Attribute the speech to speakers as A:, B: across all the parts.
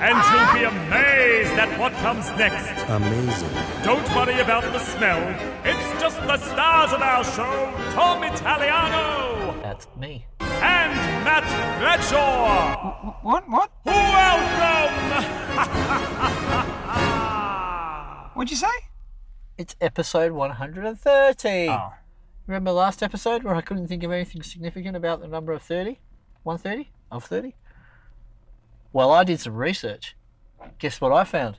A: and you'll be amazed at what comes next.
B: Amazing.
A: Don't worry about the smell. It's just the stars of our show, Tom Italiano
C: That's me.
A: and Matt Bradshaw.
D: What? What?
A: Welcome!
D: What'd you say?
C: It's episode 130.
D: Oh.
C: Remember last episode where I couldn't think of anything significant about the number of 30? 130? Of 30? Well, I did some research. Guess what I found?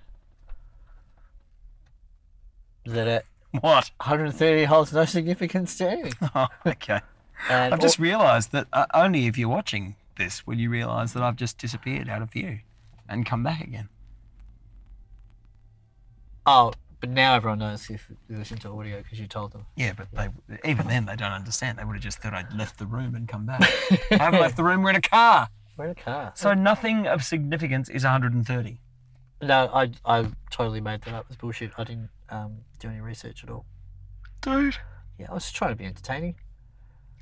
C: That it,
D: What?
C: 130 holds no significance to anything.
D: Oh, okay.
C: And
D: I've just realised that uh, only if you're watching this will you realise that I've just disappeared out of view and come back again.
C: all- oh, but now everyone knows if you listen to audio because you told them.
D: Yeah, but they even then they don't understand. They would have just thought I'd left the room and come back. I haven't left the room. We're in a car.
C: We're in a car.
D: So nothing of significance is 130.
C: No, I, I totally made that up. It's bullshit. I didn't um, do any research at all.
D: Dude,
C: Yeah, I was just trying to be entertaining.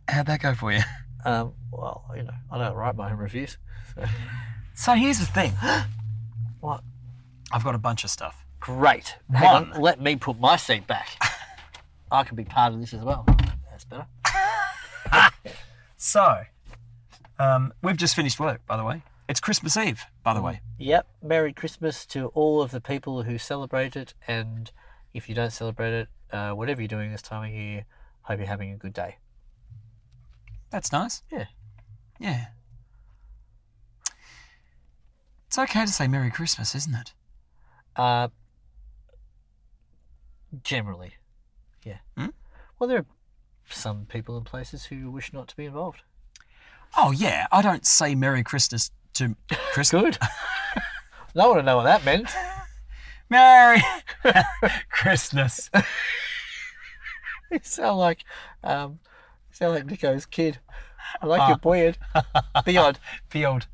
D: how'd that go for you?
C: Um, well, you know, I don't write my own reviews. So.
D: So here's the thing.
C: What?
D: I've got a bunch of stuff.
C: Great. Hang on,
D: One.
C: let me put my seat back. I can be part of this as well. That's better.
D: So, um, we've just finished work, by the way. It's Christmas Eve, by the way.
C: Yep. Merry Christmas to all of the people who celebrate it. And if you don't celebrate it, uh, whatever you're doing this time of year, hope you're having a good day.
D: That's nice.
C: Yeah.
D: Yeah. It's okay to say Merry Christmas, isn't it?
C: Uh, generally. Yeah.
D: Hmm?
C: Well, there are some people and places who wish not to be involved.
D: Oh, yeah. I don't say Merry Christmas to Christmas.
C: Good. no one to know what that meant.
D: Merry Christmas.
C: You sound like um, you sound like Nico's kid. I like your beard. Beyond
D: Field.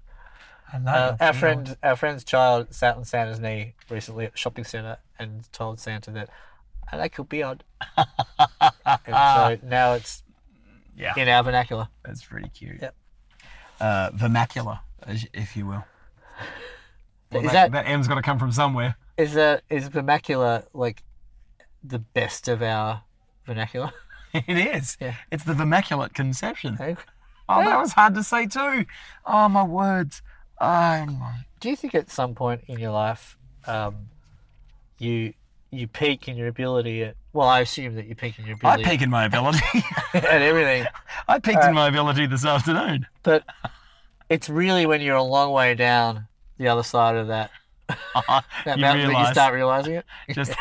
D: I
C: uh,
D: love your
C: our
D: field.
C: friend, our friend's child sat on Santa's knee recently at the shopping centre and told Santa that I like your beard. and so now it's
D: Yeah.
C: in our vernacular.
D: That's pretty cute.
C: Yep.
D: Uh, vernacular, as- if you will. Well,
C: is that
D: that M's got to come from somewhere.
C: is that is vernacular like the best of our vernacular?
D: It is.
C: Yeah.
D: It's the vernaculate conception.
C: Eh?
D: Oh, that was hard to say too. Oh, my words. Oh, my.
C: Do you think at some point in your life, um, you you peak in your ability at? Well, I assume that you peak in your
D: I
C: ability
D: peak in my ability.
C: at everything.
D: I peaked
C: Uh,
D: in my ability this afternoon.
C: But it's really when you're a long way down the other side of that,
D: you
C: that mountain that you
D: realise
C: start realizing it.
D: just,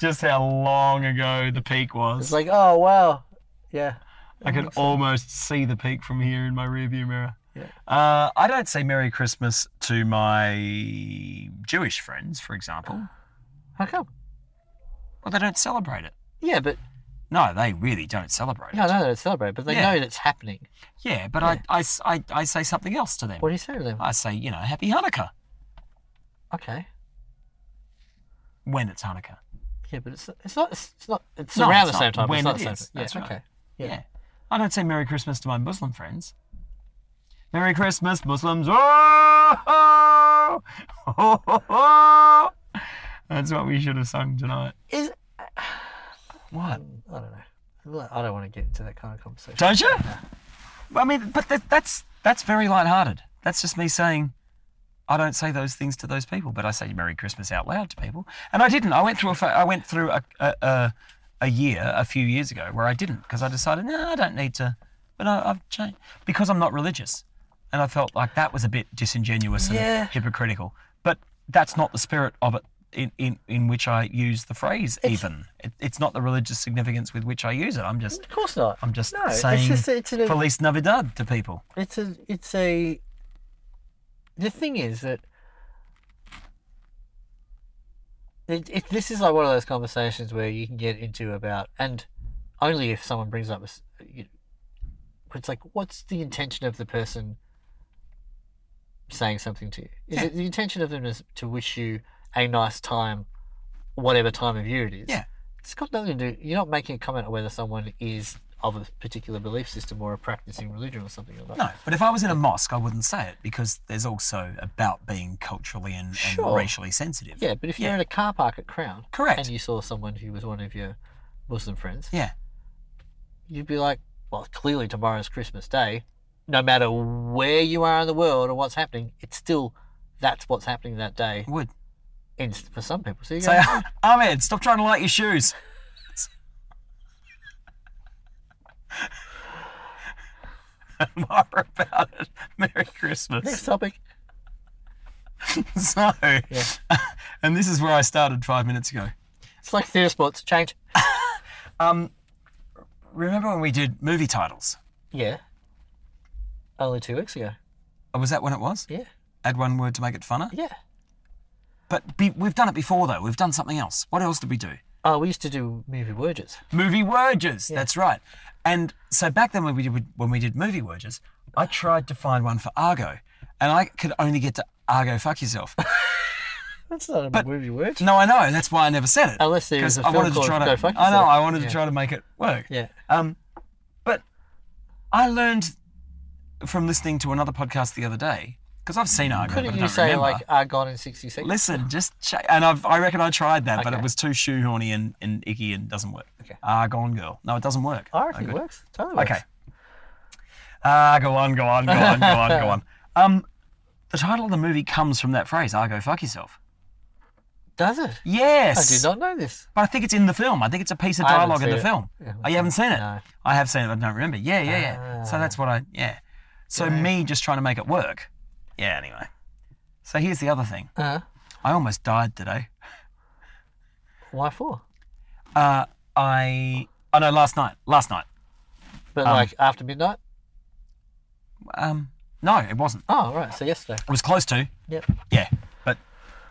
D: just how long ago the peak
C: It's
D: was.
C: like, oh wow, yeah.
D: I could almost see the peak from here in my rearview mirror.
C: Yeah.
D: Uh, I don't say Merry Christmas to my Jewish friends, for example.
C: How come?
D: Well, they don't celebrate it.
C: Yeah, but
D: No, they really don't celebrate
C: yeah, I
D: it.
C: know they don't celebrate, but they
D: Yeah.
C: know that's happening.
D: Yeah, but I, I s- I- I say something else to them.
C: What do you say to them?
D: I say, you know, Happy Hanukkah
C: Okay.
D: when it's Hanukkah.
C: Yeah, but it's it's not it's not it's
D: No,
C: around
D: it's not.
C: the same time.
D: When
C: it's not
D: it
C: the same
D: is,
C: time. Yeah,
D: that's right.
C: okay.
D: Yeah.
C: Yeah.
D: I don't say Merry Christmas to my Muslim friends. Merry Christmas, Muslims. Oh, oh, oh, oh. That's what we should have sung tonight.
C: Is
D: What?
C: I don't know. I don't want to get into that kind of conversation.
D: Don't you? I mean, but that, that's that's very lighthearted. That's just me saying I don't say those things to those people, but I say Merry Christmas out loud to people, and I didn't. I went through a fa- I went through a a, a, a year a few years ago where I didn't because I decided no, I don't need to. But I, I've changed because I'm not religious, and I felt like that was a bit disingenuous and
C: Yeah.
D: hypocritical. But that's not the spirit of it. In, in, in which I use the phrase even it, it's not the religious significance with which I use it I'm just
C: Of course not.
D: I'm just
C: no,
D: saying
C: It's just it's an
D: Feliz Navidad to people.
C: It's a. It's a. The thing is that it, it, this is like one of those conversations where you can get into about and only if someone brings up a s- you- it's like what's the intention of the person saying something to you is it the intention of them is to wish you a nice time whatever time of year it is
D: Yeah.
C: it's got nothing to do you're not making a comment on whether someone is of a particular belief system or a practicing religion or something like that
D: No, but if I was in a mosque, I wouldn't say it because there's also about being culturally and,
C: Sure.
D: and racially sensitive.
C: yeah but if you're
D: Yeah.
C: in a car park at crown
D: Correct.
C: and you saw someone who was one of your muslim friends
D: Yeah.
C: you'd be like, well, clearly tomorrow's Christmas Day. No matter where you are in the world or what's happening, it's still that's what's happening that day.
D: Would.
C: In, for some people, so you
D: Say,
C: go,
D: Ahmed, stop trying to light your shoes. More about it. Merry
C: next
D: Christmas.
C: topic.
D: So, and this is where I started five minutes ago.
C: It's like theatre sports change.
D: Remember when we did movie titles?
C: Yeah, only two weeks ago.
D: Oh, was that when it was?
C: Yeah,
D: Add one word to make it funner?
C: yeah.
D: But be, we've done it before, though. We've done something else. What else did we do?
C: Oh, we used to do movie worges.
D: Movie Werges. That's right. And so back then when we did when we did Movie Werges, I tried to find one for Argo, and I could only get to Argo fuck yourself.
C: That's not a movie worge.
D: No, I know. That's why I never said it.
C: Unless there
D: 'Cause
C: is a
D: I
C: film
D: wanted to
C: called
D: try to.
C: Go Fuck
D: I know.
C: Yourself.
D: I wanted
C: Yeah.
D: to try to make it work.
C: Yeah,
D: Um, but I learned from listening to another podcast the other day because I've seen Argo. but
C: couldn't
D: I
C: you
D: don't
C: say
D: remember.
C: like Argon in sixty seconds?
D: Listen, just ch- and I've, I reckon I tried that, but
C: Okay.
D: it was too shoehorny and, and icky and doesn't work.
C: Okay.
D: Argon girl. No, it doesn't work.
C: I reckon
D: Argo-
C: it works. Totally works.
D: Okay. Ah, go on, go on, go on, go on, go on. Um, the title of the movie comes from that phrase, Argo, fuck yourself.
C: Does it? I
D: Yes.
C: did not know this.
D: But I think it's in the film. I think it's a piece of
C: I haven't
D: dialogue in
C: seen
D: the
C: it.
D: film.
C: Yeah,
D: oh, you haven't seen it?
C: no. Ah.
D: I have seen it, but I don't remember. Yeah, yeah, yeah. So that's what I, yeah. So me just trying to make it work. Yeah, anyway. So here's the other thing.
C: Uh,
D: I almost died today.
C: why for?
D: Uh, I, oh no, last night, last night.
C: But like after midnight.
D: Um, no, it wasn't.
C: Oh right, so yesterday.
D: It was close to,
C: Yep.
D: yeah, but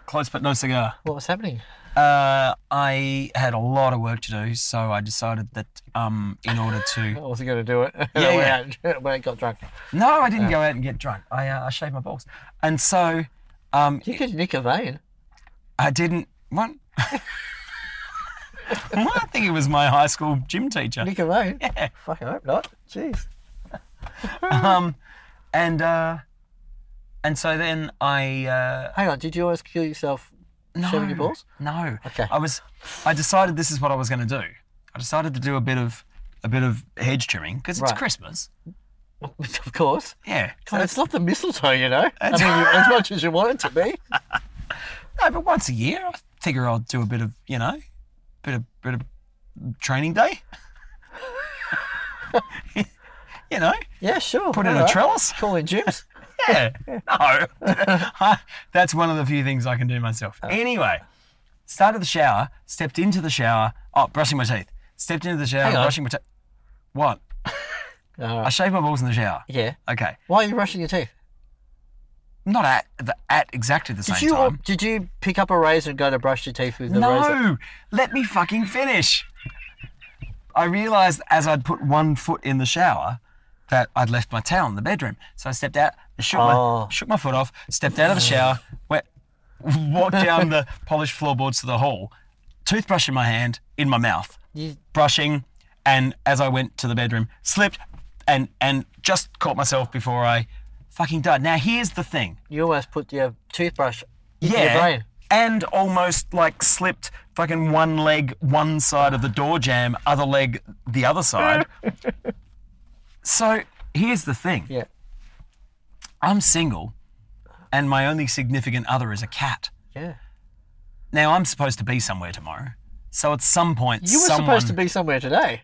D: close but no cigar.
C: What was happening?
D: Uh, I had a lot of work to do, so I decided that um, in order
C: I
D: to
C: wasn't going to do it. I
D: Yeah,
C: went out when I got drunk.
D: no, I didn't go out and get drunk. I uh, I shaved my balls, and so um,
C: You could nick a vein.
D: I didn't what. Well, I think it was my high school gym teacher,
C: Nick a vein. Fuck, I hope not. Jeez.
D: um, and uh, and so then I uh,
C: Hang on, did you always kill yourself
D: no,
C: shaving your balls?
D: No.
C: Okay.
D: I was I decided this is what I was going to do. I decided to do a bit of a bit of hedge trimming because it's
C: Right.
D: Christmas.
C: of course.
D: Yeah. So
C: God, it's not the mistletoe, you know. I
D: That's-
C: mean, as much as you want it to be.
D: No, but once a year, I figure I'll do a bit of, you know, bit of bit of training day. you know,
C: Yeah, sure.
D: put in
C: alright.
D: a trellis.
C: Call in gyms.
D: Yeah, no, that's one of the few things I can do myself. Anyway, started the shower, stepped into the shower. Oh, brushing my teeth. Stepped into the shower,
C: Hang on.
D: brushing my teeth. What?
C: All
D: I
C: right.
D: shaved my balls in the shower.
C: Yeah.
D: Okay,
C: Why are you brushing your teeth?
D: not at the, at exactly the
C: Did
D: same
C: you uh,
D: time.
C: did you pick up a razor and go to brush your teeth with the razor?
D: No, let me fucking finish. I realised as I'd put one foot in the shower that I'd left my towel in the bedroom. So I stepped out, shook,
C: Oh.
D: my, shook my foot off, stepped out of the shower, went, walked down the polished floorboards to the hall, toothbrush in my hand, in my mouth,
C: You,
D: brushing, and as I went to the bedroom, slipped and, and just caught myself before I fucking died. Now, here's the thing.
C: you almost put your toothbrush into
D: Yeah.
C: your brain.
D: And almost like slipped fucking one leg one side of the door jam, other leg the other side. so here's the thing
C: Yeah.
D: I'm single, and my only significant other is a cat.
C: Yeah.
D: Now I'm supposed to be somewhere tomorrow. So at some point,
C: You were
D: someone,
C: supposed to be Oh. somewhere today.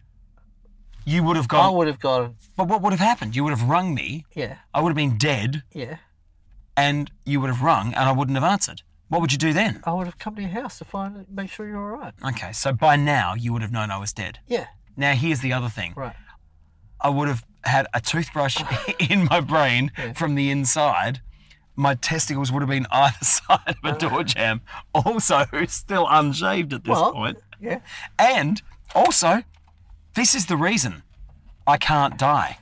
D: You would have
C: I
D: gone.
C: would have gone.
D: but what would have happened? You would have rung me.
C: Yeah.
D: I would have been dead,
C: Yeah.
D: and you would have rung, and I wouldn't have answered. What would you do then?
C: I would have come to your house to find make sure you're all right.
D: Okay, so by now you would have known I was dead.
C: Yeah,
D: Now here's the other thing.
C: right.
D: I would have had a toothbrush in my brain from the inside, my testicles would have been either side of a door jamb. Also, still unshaved at this
C: Well,
D: point.
C: Yeah.
D: And also, this is the reason I can't die.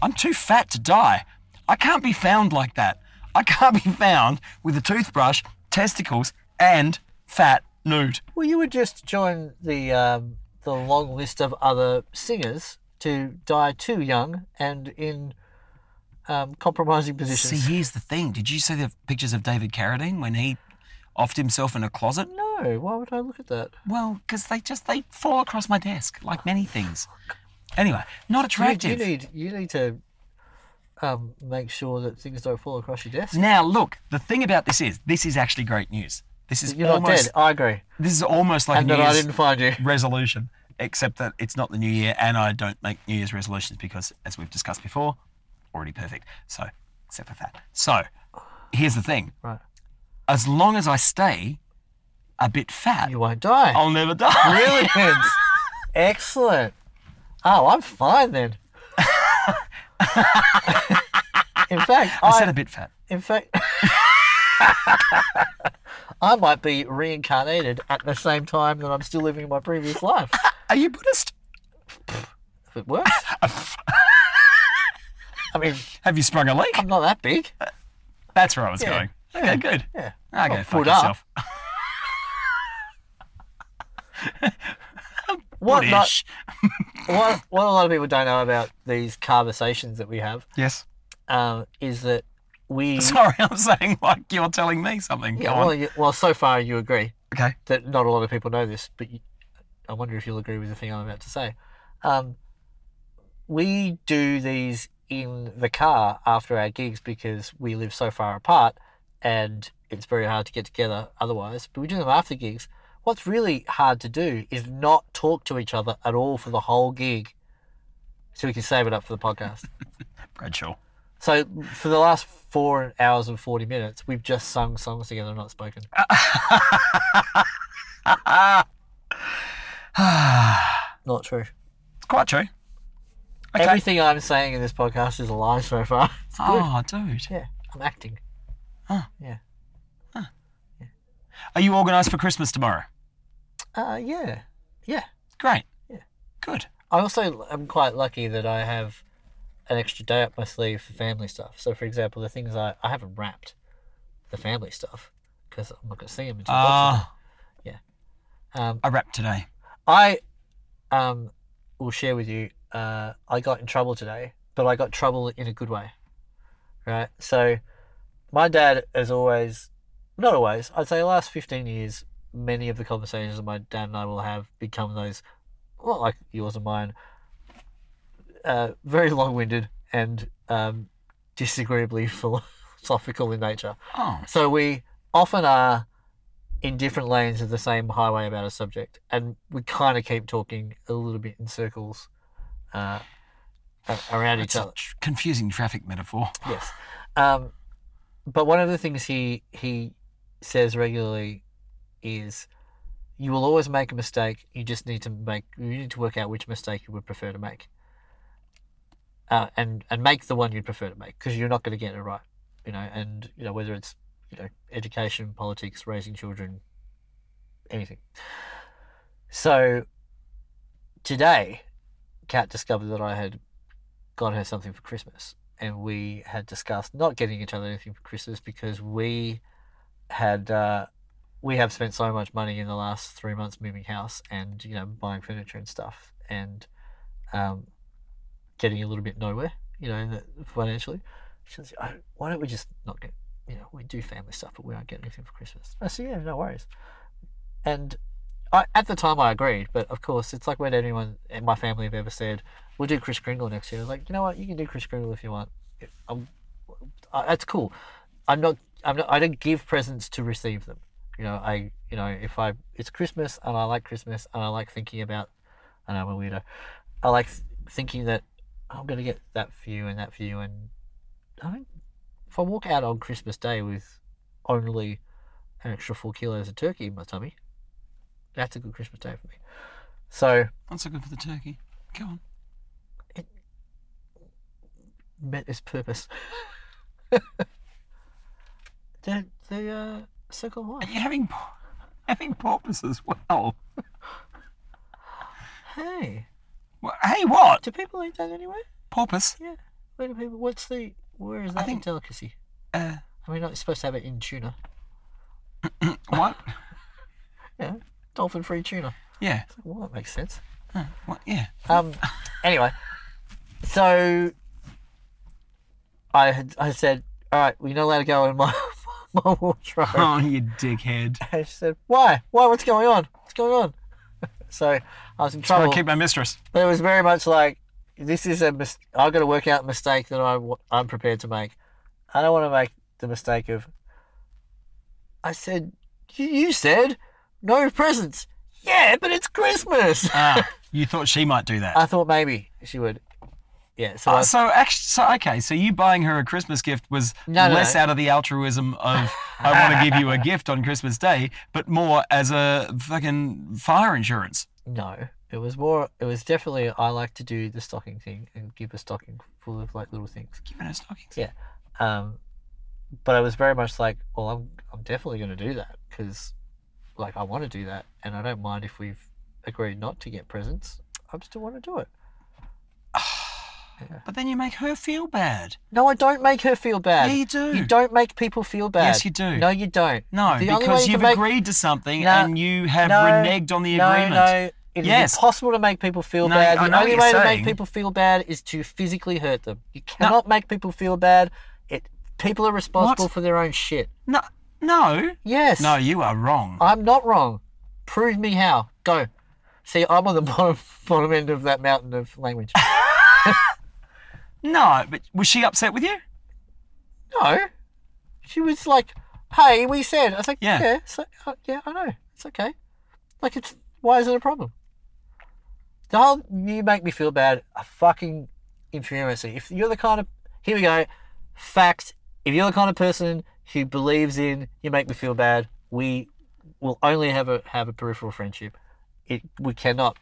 D: I'm too fat to die. I can't be found like that. I can't be found with a toothbrush, testicles, and fat nude.
C: Well, you would just join the um, the long list of other singers to die too young and in um, compromising positions.
D: See, here's the thing. Did you see the pictures of David Carradine when he offed himself in a closet?
C: No, why would I look at that?
D: Well, because they just they fall across my desk like many things. Anyway, not
C: You,
D: attractive.
C: you need you need to um, make sure that things don't fall across your desk.
D: Now, look, the thing about this is, this is actually great news. This is
C: You're not
D: almost
C: dead. I agree.
D: this is almost like
C: and
D: a
C: that
D: New
C: I
D: Year's
C: didn't find you.
D: resolution, except that it's not the new year, and I don't make New Year's resolutions because, as we've discussed before, already perfect. So, except for that. So, here's the thing:
C: Right.
D: as long as I stay a bit fat,
C: You won't die.
D: I'll never die.
C: Brilliant. Excellent. Oh, I'm fine then. in fact,
D: I
C: I,
D: said a bit fat.
C: in fact, I might be reincarnated at the same time that I'm still living my previous life.
D: Are you Buddhist?
C: If it works. I mean,
D: Have you sprung a leak?
C: I'm not that big.
D: That's where I was
C: Um, Yeah.
D: going. Okay,
C: Yeah.
D: good.
C: Yeah.
D: I Ah, go
C: Not
D: fuck
C: put Oh, up.
D: yourself.
C: What not-
D: Buddhist.
C: what, what a lot of people don't know about these conversations that we have
D: Yes.
C: um, is that we.
D: Sorry, I'm saying like you're telling me something.
C: yeah,
D: Go
C: well,
D: on.
C: you, well, so far you agree.
D: Okay.
C: that not a lot of people know this, but you, I wonder if you'll agree with the thing I'm about to say. Um, we do these in the car after our gigs because we live so far apart and it's very hard to get together otherwise, but we do them after gigs. What's really hard to do is not talk to each other at all for the whole gig so we can save it up for the podcast.
D: Bradshaw.
C: so for the last four hours and 40 minutes, we've just sung songs together, not spoken. Not true.
D: It's quite true. Okay.
C: Everything I'm saying in this podcast is a lie so far. It's good.
D: oh, dude.
C: Yeah, I'm acting.
D: Huh.
C: Yeah.
D: Are you organised for Christmas tomorrow?
C: Uh, yeah. Yeah.
D: Great.
C: Yeah.
D: Good.
C: I also am quite lucky that I have an extra day up my sleeve for family stuff. So, for example, the things I, I haven't wrapped the family stuf because I'm not going to see them until
D: Uh,
C: Boxing Day. um,
D: I wrapped today.
C: I um, will share with you. Uh, I got in trouble today, but I got trouble in a good way. Right. So, my dad, as always, not always, I'd say the last 15 years, many of the conversations that my dad and I will have become those, well, like yours and mine, uh, very long winded and um, disagreeably philosophical in nature.
D: Oh.
C: So we often are in different lanes of the same highway about a subject, and we kind of keep talking a little bit in circles uh, a- around each
D: It's a
C: other.
D: tr- confusing traffic metaphor.
C: Yes. Um, but one of the things he he says regularly is, "You will always make a mistake. You just need to make. You need to work out which mistake you would prefer to make, uh, and and make the one you'd prefer to make because you're not going to get it right. You know, and you know whether it's you know education, politics, raising children, anything. So today, Kat discovered that I had got her something for Christmas, and we had discussed not getting each other anything for Christmas because we had uh, we have spent so much money in the last three months moving house and you know buying furniture and stuff and um, getting a little bit nowhere, you know, in the, financially. She says, "Oh, "Why don't we just not get you know we do family stuff, but we don't get anything for Christmas?" I said, "Yeah, no worries." And I, at the time, I agreed, but of course, it's like when anyone in my family have ever said, "We'll do Chris Kringle next year." I was like, you know what? You can do Chris Kringle if you want. I'm, I, that's cool. I'm not. I'm not. I don't give presents to receive them. You know, I. You know, if I. It's Christmas, and I like Christmas, and I like thinking about. And I'm a weirdo. I like th- thinking that I'm gonna get that for you and that for you, and I don't. If I walk out on Christmas Day with only an extra four kilos of turkey in my tummy, that's a good Christmas day for me. So
D: Not so good for the turkey. Go on.
C: met its purpose. The the uh, circle of life.
D: You're having por- having porpoise as well.
C: Hey,
D: Well, Hey, what?
C: do people eat that anyway?
D: Porpoise?
C: Yeah. Where do people? What's the? Where is
D: I
C: that
D: think-
C: delicacy?
D: Uh,
C: I mean, not supposed to have it in tuna.
D: what?
C: Yeah, dolphin-free tuna.
D: Yeah.
C: Well, that makes sense.
D: What? Yeah.
C: Um. anyway, so I had I said, all right, we're not allowed to go in my my wardrobe.
D: Oh, you dickhead.
C: I said, why? Why? What's going on? What's going on? so I was in
D: Try
C: trouble.
D: to keep my mistress.
C: But it was very much like this is a mis- I've got to work out a mistake that I w- I'm prepared to make. I don't want to make the mistake of. I said, you, you said no presents. Yeah, but it's Christmas.
D: Ah, you thought she might do that.
C: I thought maybe she would. Yeah, so
D: Oh,
C: I,
D: so actually, so okay, so you buying her a Christmas gift was
C: No, no,
D: less
C: no.
D: out of the altruism of I want to give you a gift on Christmas Day, but more as a fucking fire insurance.
C: no, it was more. It was definitely I like to do the stocking thing and give a stocking full of like little things.
D: Giving her stockings.
C: Yeah. Um, but I was very much like, well, I'm I'm definitely going to do that because, like, I want to do that, and I don't mind if we've agreed not to get presents. I still want to do it.
D: But then you make her feel bad.
C: No, I don't make her feel bad.
D: Yeah, you do.
C: You don't make people feel bad.
D: Yes, you do.
C: No, you don't.
D: No,
C: only way
D: because
C: you
D: you've
C: can make-
D: agreed to something
C: No,
D: and you have
C: no,
D: reneged on the
C: no,
D: agreement.
C: No, it is
D: Yes.
C: impossible to make people feel
D: No,
C: bad.
D: I
C: The
D: know what
C: only
D: you're
C: way to
D: saying.
C: make people feel bad is to physically hurt them. You cannot make people feel bad. It people are responsible for their own shit.
D: No, no,
C: Yes.
D: no, you are wrong.
C: I'm not wrong. Prove me how. Go. See, I'm on the bottom bottom end of that mountain of language.
D: No, but was she upset with you?
C: no. She was like, "Hey, we said." I was like,
D: Yeah.
C: "Yeah, yeah, so, uh, yeah I know. It's okay. Like, it's why is it a problem?" The whole you make me feel bad. uh, fucking infuriates me. If you're the kind of here we go, fact. If you're the kind of person who believes in you make me feel bad, we will only have a have a peripheral friendship. It we cannot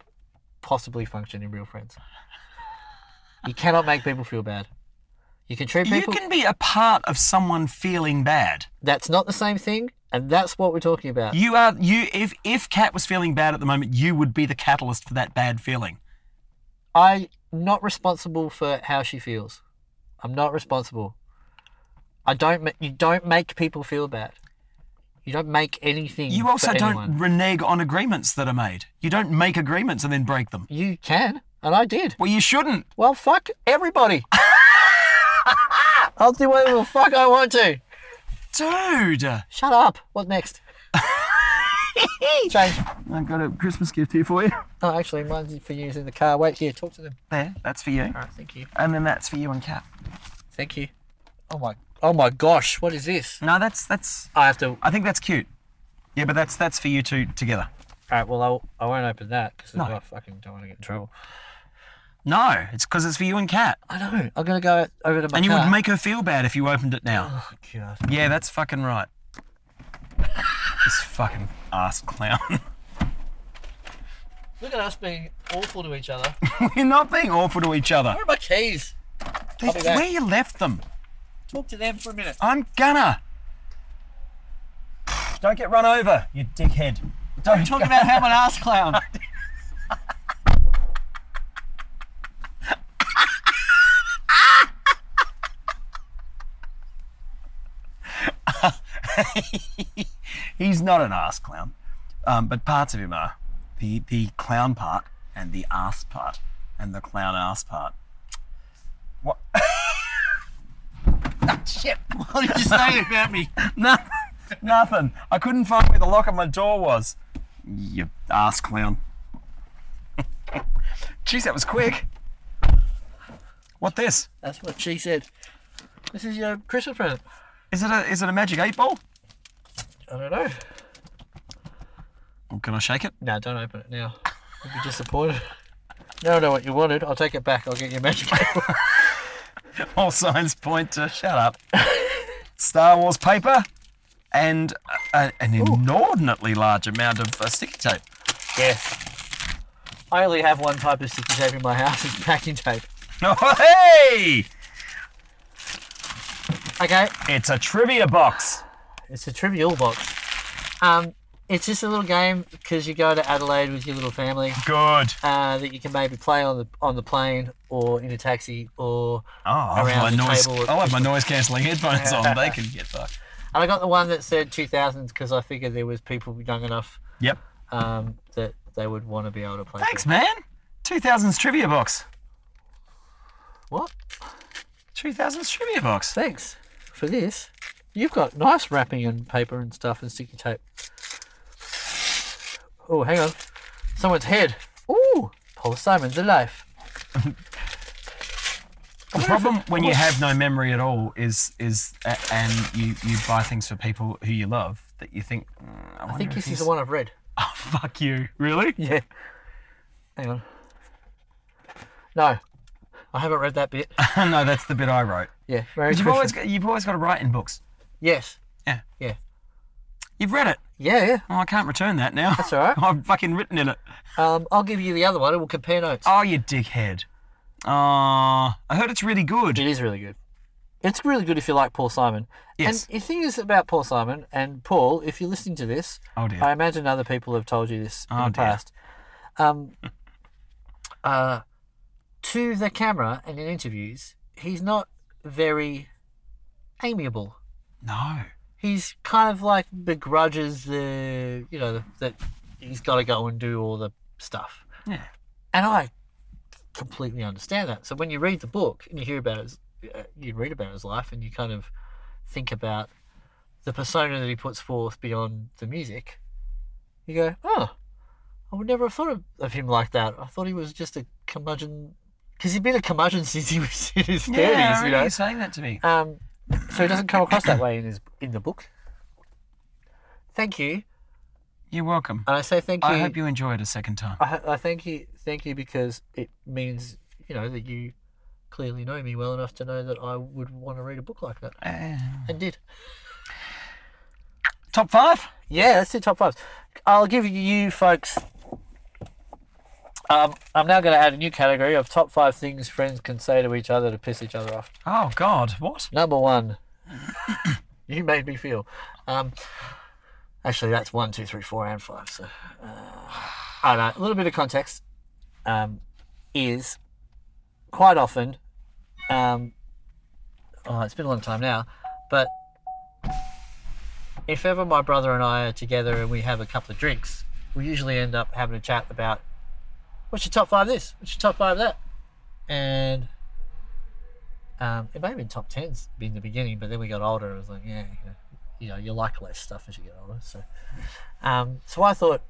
C: possibly function in real friends. You cannot make people feel bad. You can treat people.
D: You can be a part of someone feeling bad.
C: That's not the same thing, and that's what we're talking about.
D: You are you if if Kat was feeling bad at the moment, you would be the catalyst for that bad feeling.
C: I'm not responsible for how she feels. I'm not responsible. I don't. ma- You don't make people feel bad. You don't make anything.
D: You
C: for
D: also don't
C: anyone.
D: renege on agreements that are made. You don't make agreements and then break them.
C: You can, and I did.
D: Well, you shouldn't.
C: Well, fuck everybody. I'll do whatever the fuck I want to.
D: Dude.
C: Shut up. What next? Change.
D: I've got a Christmas gift here for you.
C: Oh, actually, mine's for you in the car. Wait here. Talk to them.
D: There, that's for you.
C: All right. Thank you.
D: And then that's for you and Kat.
C: Thank you. Oh my. Oh my gosh. What is this?
D: No, that's that's
C: I have to
D: I think that's cute. Yeah, but that's that's for you two together.
C: All right. Well, I'll, I won't open that because
D: No.
C: I fucking don't want to get in trouble.
D: No, it's because it's for you and Kat.
C: I know. I'm gonna go over to my
D: And you would
C: car.
D: make her feel bad if you opened it now.
C: Oh god.
D: Yeah, that's fucking right. this fucking ass clown.
C: Look at us being awful to each other.
D: We're not being awful to each other.
C: Where are my keys?
D: They,
C: be back.
D: where you left them?
C: Talk to them for a minute.
D: I'm gonna. Don't get run over, you dickhead. Don't
C: Talk about having an ass clown.
D: He's not an ass clown, um, but parts of him are. The the clown part and the ass part and the clown ass part. What? Ah, shit! What did you say about me? no, nothing. I couldn't find where the lock on my door was. You ass clown. Jeez, that was quick. What this?
C: That's what she said. This is your Christmas present.
D: Is it a is it a magic eight ball?
C: I don't know.
D: Or Oh, can I shake it?
C: No, don't open it now. You'll be disappointed. No, no, what you wanted. I'll take it back. I'll get you a magic apple.
D: All signs point to shut up. Star Wars paper and a, a- an inordinately large amount of uh, sticky tape.
C: yes. I only have one type of sticky tape in my house. It's packing tape.
D: Oh, hey!
C: Okay.
D: It's a trivia box.
C: It's a trivial box. Um, it's just a little game because you go to Adelaide with your little family
D: Good.
C: uh, that you can maybe play on the on the plane or in a taxi or.
D: Oh, I'll
C: Around
D: have
C: the
D: my noise.
C: table at
D: I'll have my noise cancelling headphones on. They can get fucked.
C: And I got the one that said 2000s because I figured there was people young enough
D: Yep.
C: um, that they would want to be able to play.
D: Thanks, man. 2000s trivia box.
C: What?
D: 2000s trivia box.
C: Thanks for this. You've got nice wrapping and paper and stuff and sticky tape. Oh, hang on. Someone's head. Ooh, Paul Simon's alive.
D: The problem when you have no memory at all is is a- and you you buy things for people who you love that you think. Mm, I,
C: I
D: wonder
C: think
D: if
C: this is
D: he's-
C: the one I've read.
D: Oh, fuck you. Really?
C: Yeah. Hang on. No, I haven't read that bit.
D: no, that's the bit I wrote.
C: Yeah. Merry
D: But you've
C: Christmas.
D: Ah. always got, you've always got to write in books.
C: Yes.
D: Yeah.
C: Yeah.
D: You've read it.
C: Yeah,
D: Oh, I can't return that now. That's
C: all right.
D: I've fucking written in it.
C: yeah. Um, I'll give you the other one and we'll compare notes.
D: Oh, you dickhead. Oh, I heard it's really good.
C: It is really good. It's really good if you like Paul Simon.
D: Yes.
C: And the thing is about Paul Simon and Paul, if you're listening to this,
D: Oh dear.
C: I imagine other people have told you this in
D: Oh,
C: the
D: dear.
C: past. Um, uh, to the camera and in interviews, he's not very amiable.
D: no.
C: He's kind of like begrudges the you know the, that he's got to go and do all the stuff,
D: Yeah.
C: and I completely understand that. So when you read the book and you hear about his, uh, you read about his life, and you kind of think about the persona that he puts forth beyond the music, you go, oh, I would never have thought of, of him like that. I thought he was just a curmudgeon, because he'd been a curmudgeon since he was in his thirties.
D: yeah, I
C: you
D: remember
C: know,
D: you saying that to me.
C: um, so it doesn't come across that way in his in the book. Thank you,
D: You're welcome.
C: and I say thank you.
D: I hope you enjoy it a second time.
C: I, I thank you, thank you, because it means you know that you clearly know me well enough to know that I would want to read a book like that,
D: Uh,
C: and did.
D: top five?
C: Yeah, let's do top fives. I'll give you folks. Um, I'm now going to add a new category of top five things friends can say to each other to piss each other off.
D: Oh God, what?
C: Number one, you made me feel. Um, actually, that's one, two, three, four, and five. So, uh, I don't know. A little bit of context um, is quite often. Um, oh, it's been a long time now, but if ever my brother and I are together and we have a couple of drinks, we usually end up having a chat about what's your top five this, what's your top five that, and um, it may have been top tens in the beginning, but then we got older. It was like, yeah, you know, you, know, you like less stuff as you get older. So, um, so I thought,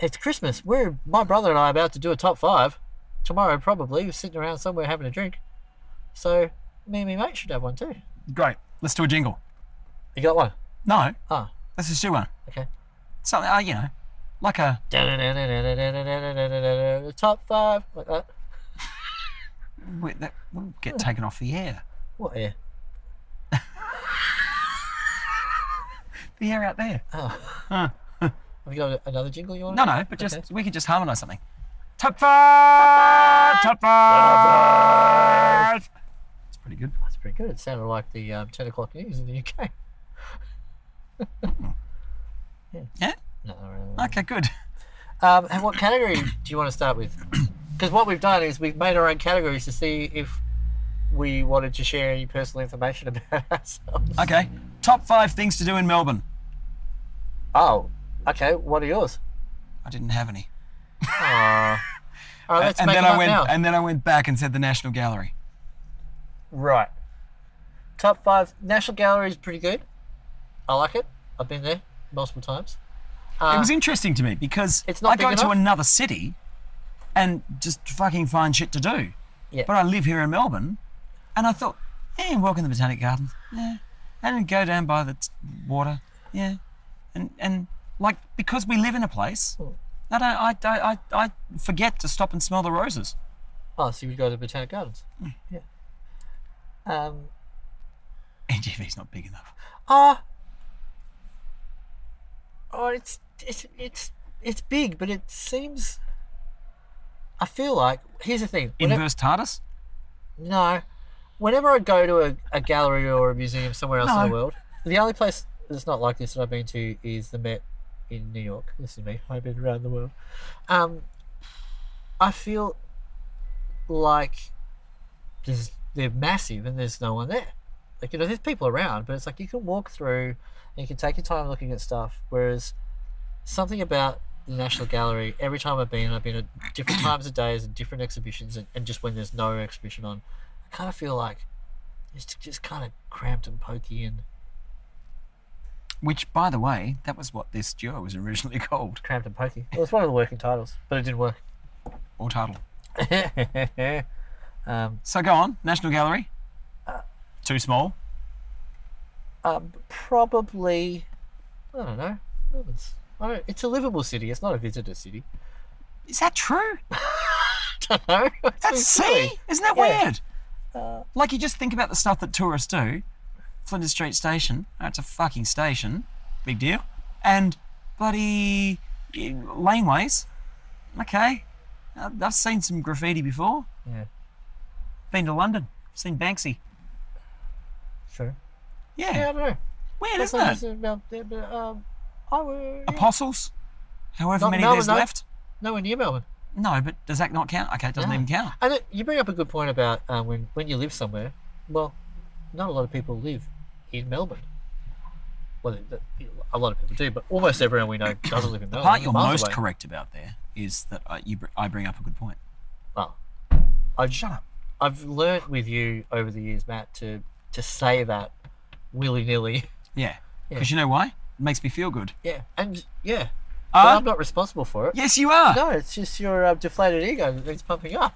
C: it's Christmas. We're my brother and I are about to do a top five tomorrow, probably. We're sitting around somewhere having a drink. So me and my mate should have one too.
D: Great. Let's do a jingle.
C: You got one?
D: No,
C: Oh,
D: let's just do one.
C: okay.
D: Something, uh, you know, like a.
C: Top five like that.
D: Wait, that will get taken off the air.
C: What? Yeah.
D: The air out there.
C: Have you got another jingle you want?
D: No, no, but just we could just harmonise something. Top five. Top five. It's pretty good.
C: That's pretty good. It sounded like the um, ten o'clock news in the UK.
D: Yeah.
C: No, not really.
D: Okay. Good.
C: Um, and what category do you want to start with? Because what we've done is we've made our own categories to see if we wanted to share any personal information about ourselves.
D: Okay. Top five things to do in Melbourne.
C: Oh, okay. What are yours?
D: I didn't have any.
C: Aw. All right, let's
D: and
C: make
D: then
C: them
D: I
C: up
D: went.
C: now.
D: And then I went back and said the National Gallery.
C: Right. Top five. National Gallery is pretty good. I like it. I've been there multiple times.
D: it was interesting to me because
C: Ah. It's not
D: I go
C: big
D: to
C: enough?
D: another city and just fucking find shit to do.
C: Yeah.
D: But I live here in Melbourne, and I thought, eh, walk in the Botanic Gardens, yeah, and go down by the t- water, yeah, and and like because we live in a place, I don't, I, I, I, I forget to stop and smell the roses.
C: Oh, so you would go to the Botanic Gardens.
D: Hmm.
C: Yeah. Um.
D: NGV's not big enough.
C: Ah. oh, it's it's it's it's big, but it seems. I feel like here's the thing. Whenever-
D: Inverse TARDIS.
C: no, whenever I go to a, a gallery or a museum somewhere else in
D: No.
C: the world, the only place that's not like this that I've been to is the Met in New York. Listen to me, I've been around the world. Um, I feel like there's, they're massive and there's no one there. Like, you know, there's people around, but it's like you can walk through and you can take your time looking at stuff. Whereas something about the National Gallery, every time I've been, I've been at different times of days and different exhibitions, and, and just when there's no exhibition on, I kind of feel like it's just kind of cramped and pokey and
D: Which, by the way, that was what this duo was originally called.
C: cramped and pokey. It was one of the working titles, but it didn't work.
D: Or title.
C: um,
D: So go on, National Gallery.
C: Uh.
D: Too small.
C: um, probably, I don't know. It's, I don't, it's a livable city. It's not a visitor city.
D: Is that true?
C: don't know.
D: That's see, isn't that
C: Yeah. Uh,
D: weird? like you just think about the stuff that tourists do. Flinders Street Station. That's a fucking station. Big deal. And bloody eh, laneways. Okay. Uh, I've seen some graffiti before.
C: Yeah,
D: Been to London. Seen Banksy.
C: sure.
D: Yeah.
C: Yeah, I don't know.
D: Weird,
C: That's
D: isn't
C: what I
D: it?
C: said about there, but, um, I were
D: Apostles. However
C: No-
D: many
C: no,
D: there's
C: no.
D: left.
C: nowhere near Melbourne.
D: No, but does that not count? Okay, it doesn't
C: No.
D: even count.
C: And it- you bring up a good point about um, when when you live somewhere. Well, not a lot of people live in Melbourne. Well, th- th- a lot of people do, but almost everyone we know doesn't live in Melbourne.
D: Part you're
C: miles
D: most
C: away.
D: correct about there is that I, you, br- I bring up a good point.
C: Well, I've,
D: Shut up.
C: I've learnt with you over the years, Matt, to to say that willy nilly.
D: Yeah.
C: Yeah.
D: Because you know why? It makes me feel good.
C: Yeah, and yeah, but
D: Uh,
C: I'm not responsible for it.
D: yes, you are.
C: No, it's just your uh, deflated ego that's pumping up.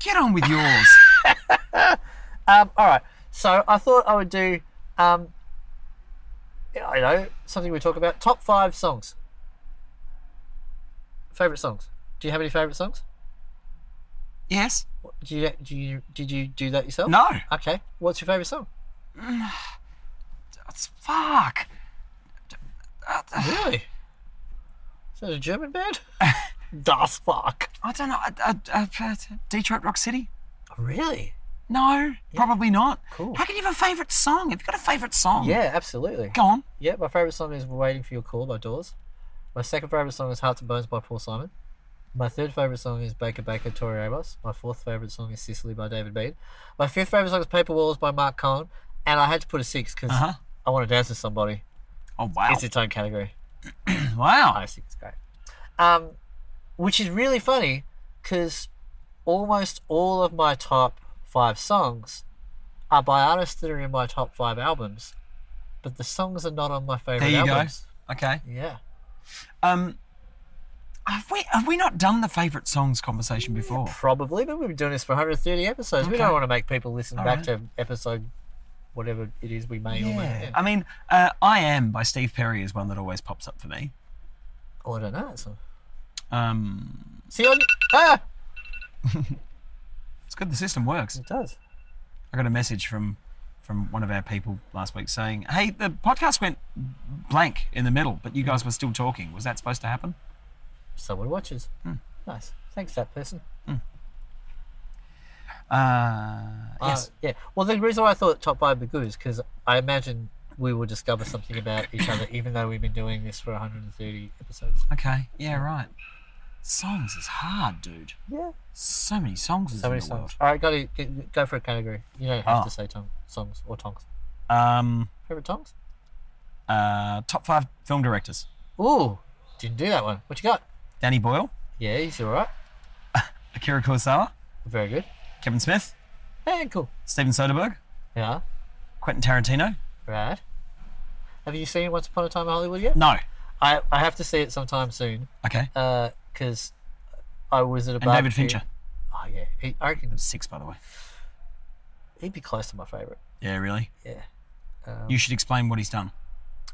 D: Get on with yours.
C: Um, all right. So I thought I would do, um, I know something we talk about. Top five songs. Favorite songs. Do you have any favorite songs?
D: yes.
C: Do you do you did you do that yourself?
D: No.
C: Okay. What's your favorite song?
D: That's- fuck.
C: Really? Is that a German band? das Fuck.
D: I don't know. I, I, I, uh, Detroit Rock City?
C: Really?
D: No, probably not.
C: Cool.
D: How can you have a favourite song? Have you got a favourite song?
C: Yeah, absolutely.
D: Go on.
C: Yeah, my favorite song is "Waiting for Your Call" by Doors. My second favorite song is "Hearts and Bones" by Paul Simon. My third favorite song is Baker Baker Tori Amos. My fourth favorite song is Sicily by David Mead. My fifth favorite song is Paper Walls by Mark Cohen. And I had to put a six because
D: Uh-huh.
C: I want to dance with somebody.
D: Oh, wow.
C: It's its own category.
D: wow.
C: I think it's great. Um, which is really funny because almost all of my top five songs are by artists that are in my top five albums, but the songs are not on my favorite
D: There you
C: albums.
D: go. Okay.
C: Yeah.
D: Um, have we have we not done the favourite songs conversation before?
C: Probably, but we've been doing this for 130 episodes. We
D: Okay.
C: don't want to make people listen
D: All
C: back
D: right.
C: to episode whatever it is we may or may not.
D: I mean, uh, I Am by Steve Perry is one that always pops up for me.
C: Oh, I don't know. That song.
D: Um,
C: See, on ah,
D: it's good the system works.
C: it does.
D: I got a message from from one of our people last week saying, "Hey, the podcast went blank in the middle, but you guys were still talking. Was that supposed to happen?"
C: Someone watches.
D: Hmm.
C: Nice. Thanks, that person.
D: Uh, yes.
C: Uh, yeah. Well, the reason why I thought top five would be good is because I imagine we will discover something about each other, even though we've been doing this for 130 episodes.
D: Okay. Yeah. Right. Songs is hard, dude.
C: Yeah.
D: So many songs is
C: So many
D: in the
C: songs. All right, got to go for a category. You don't have
D: Oh.
C: to say tong- songs or tongs.
D: world. Um,
C: Favorite tongs?
D: uh, top five film directors:
C: Ooh, didn't do that one. What you got?
D: Danny Boyle,
C: Yeah, he's all right.
D: Akira Kurosawa,
C: Very good.
D: Kevin Smith,
C: Hey, cool.
D: Steven Soderbergh,
C: Yeah,
D: Quentin Tarantino.
C: right. Have you seen Once Upon a Time in Hollywood yet?
D: No.
C: I, I have to see it sometime soon
D: Okay.
C: Uh, because I was at a
D: And David
C: barbecue-
D: Fincher.
C: Oh yeah, he, I reckon
D: Six, by the way.
C: he'd be close to my favorite.
D: Yeah. Really.
C: Yeah.
D: You should explain what he's done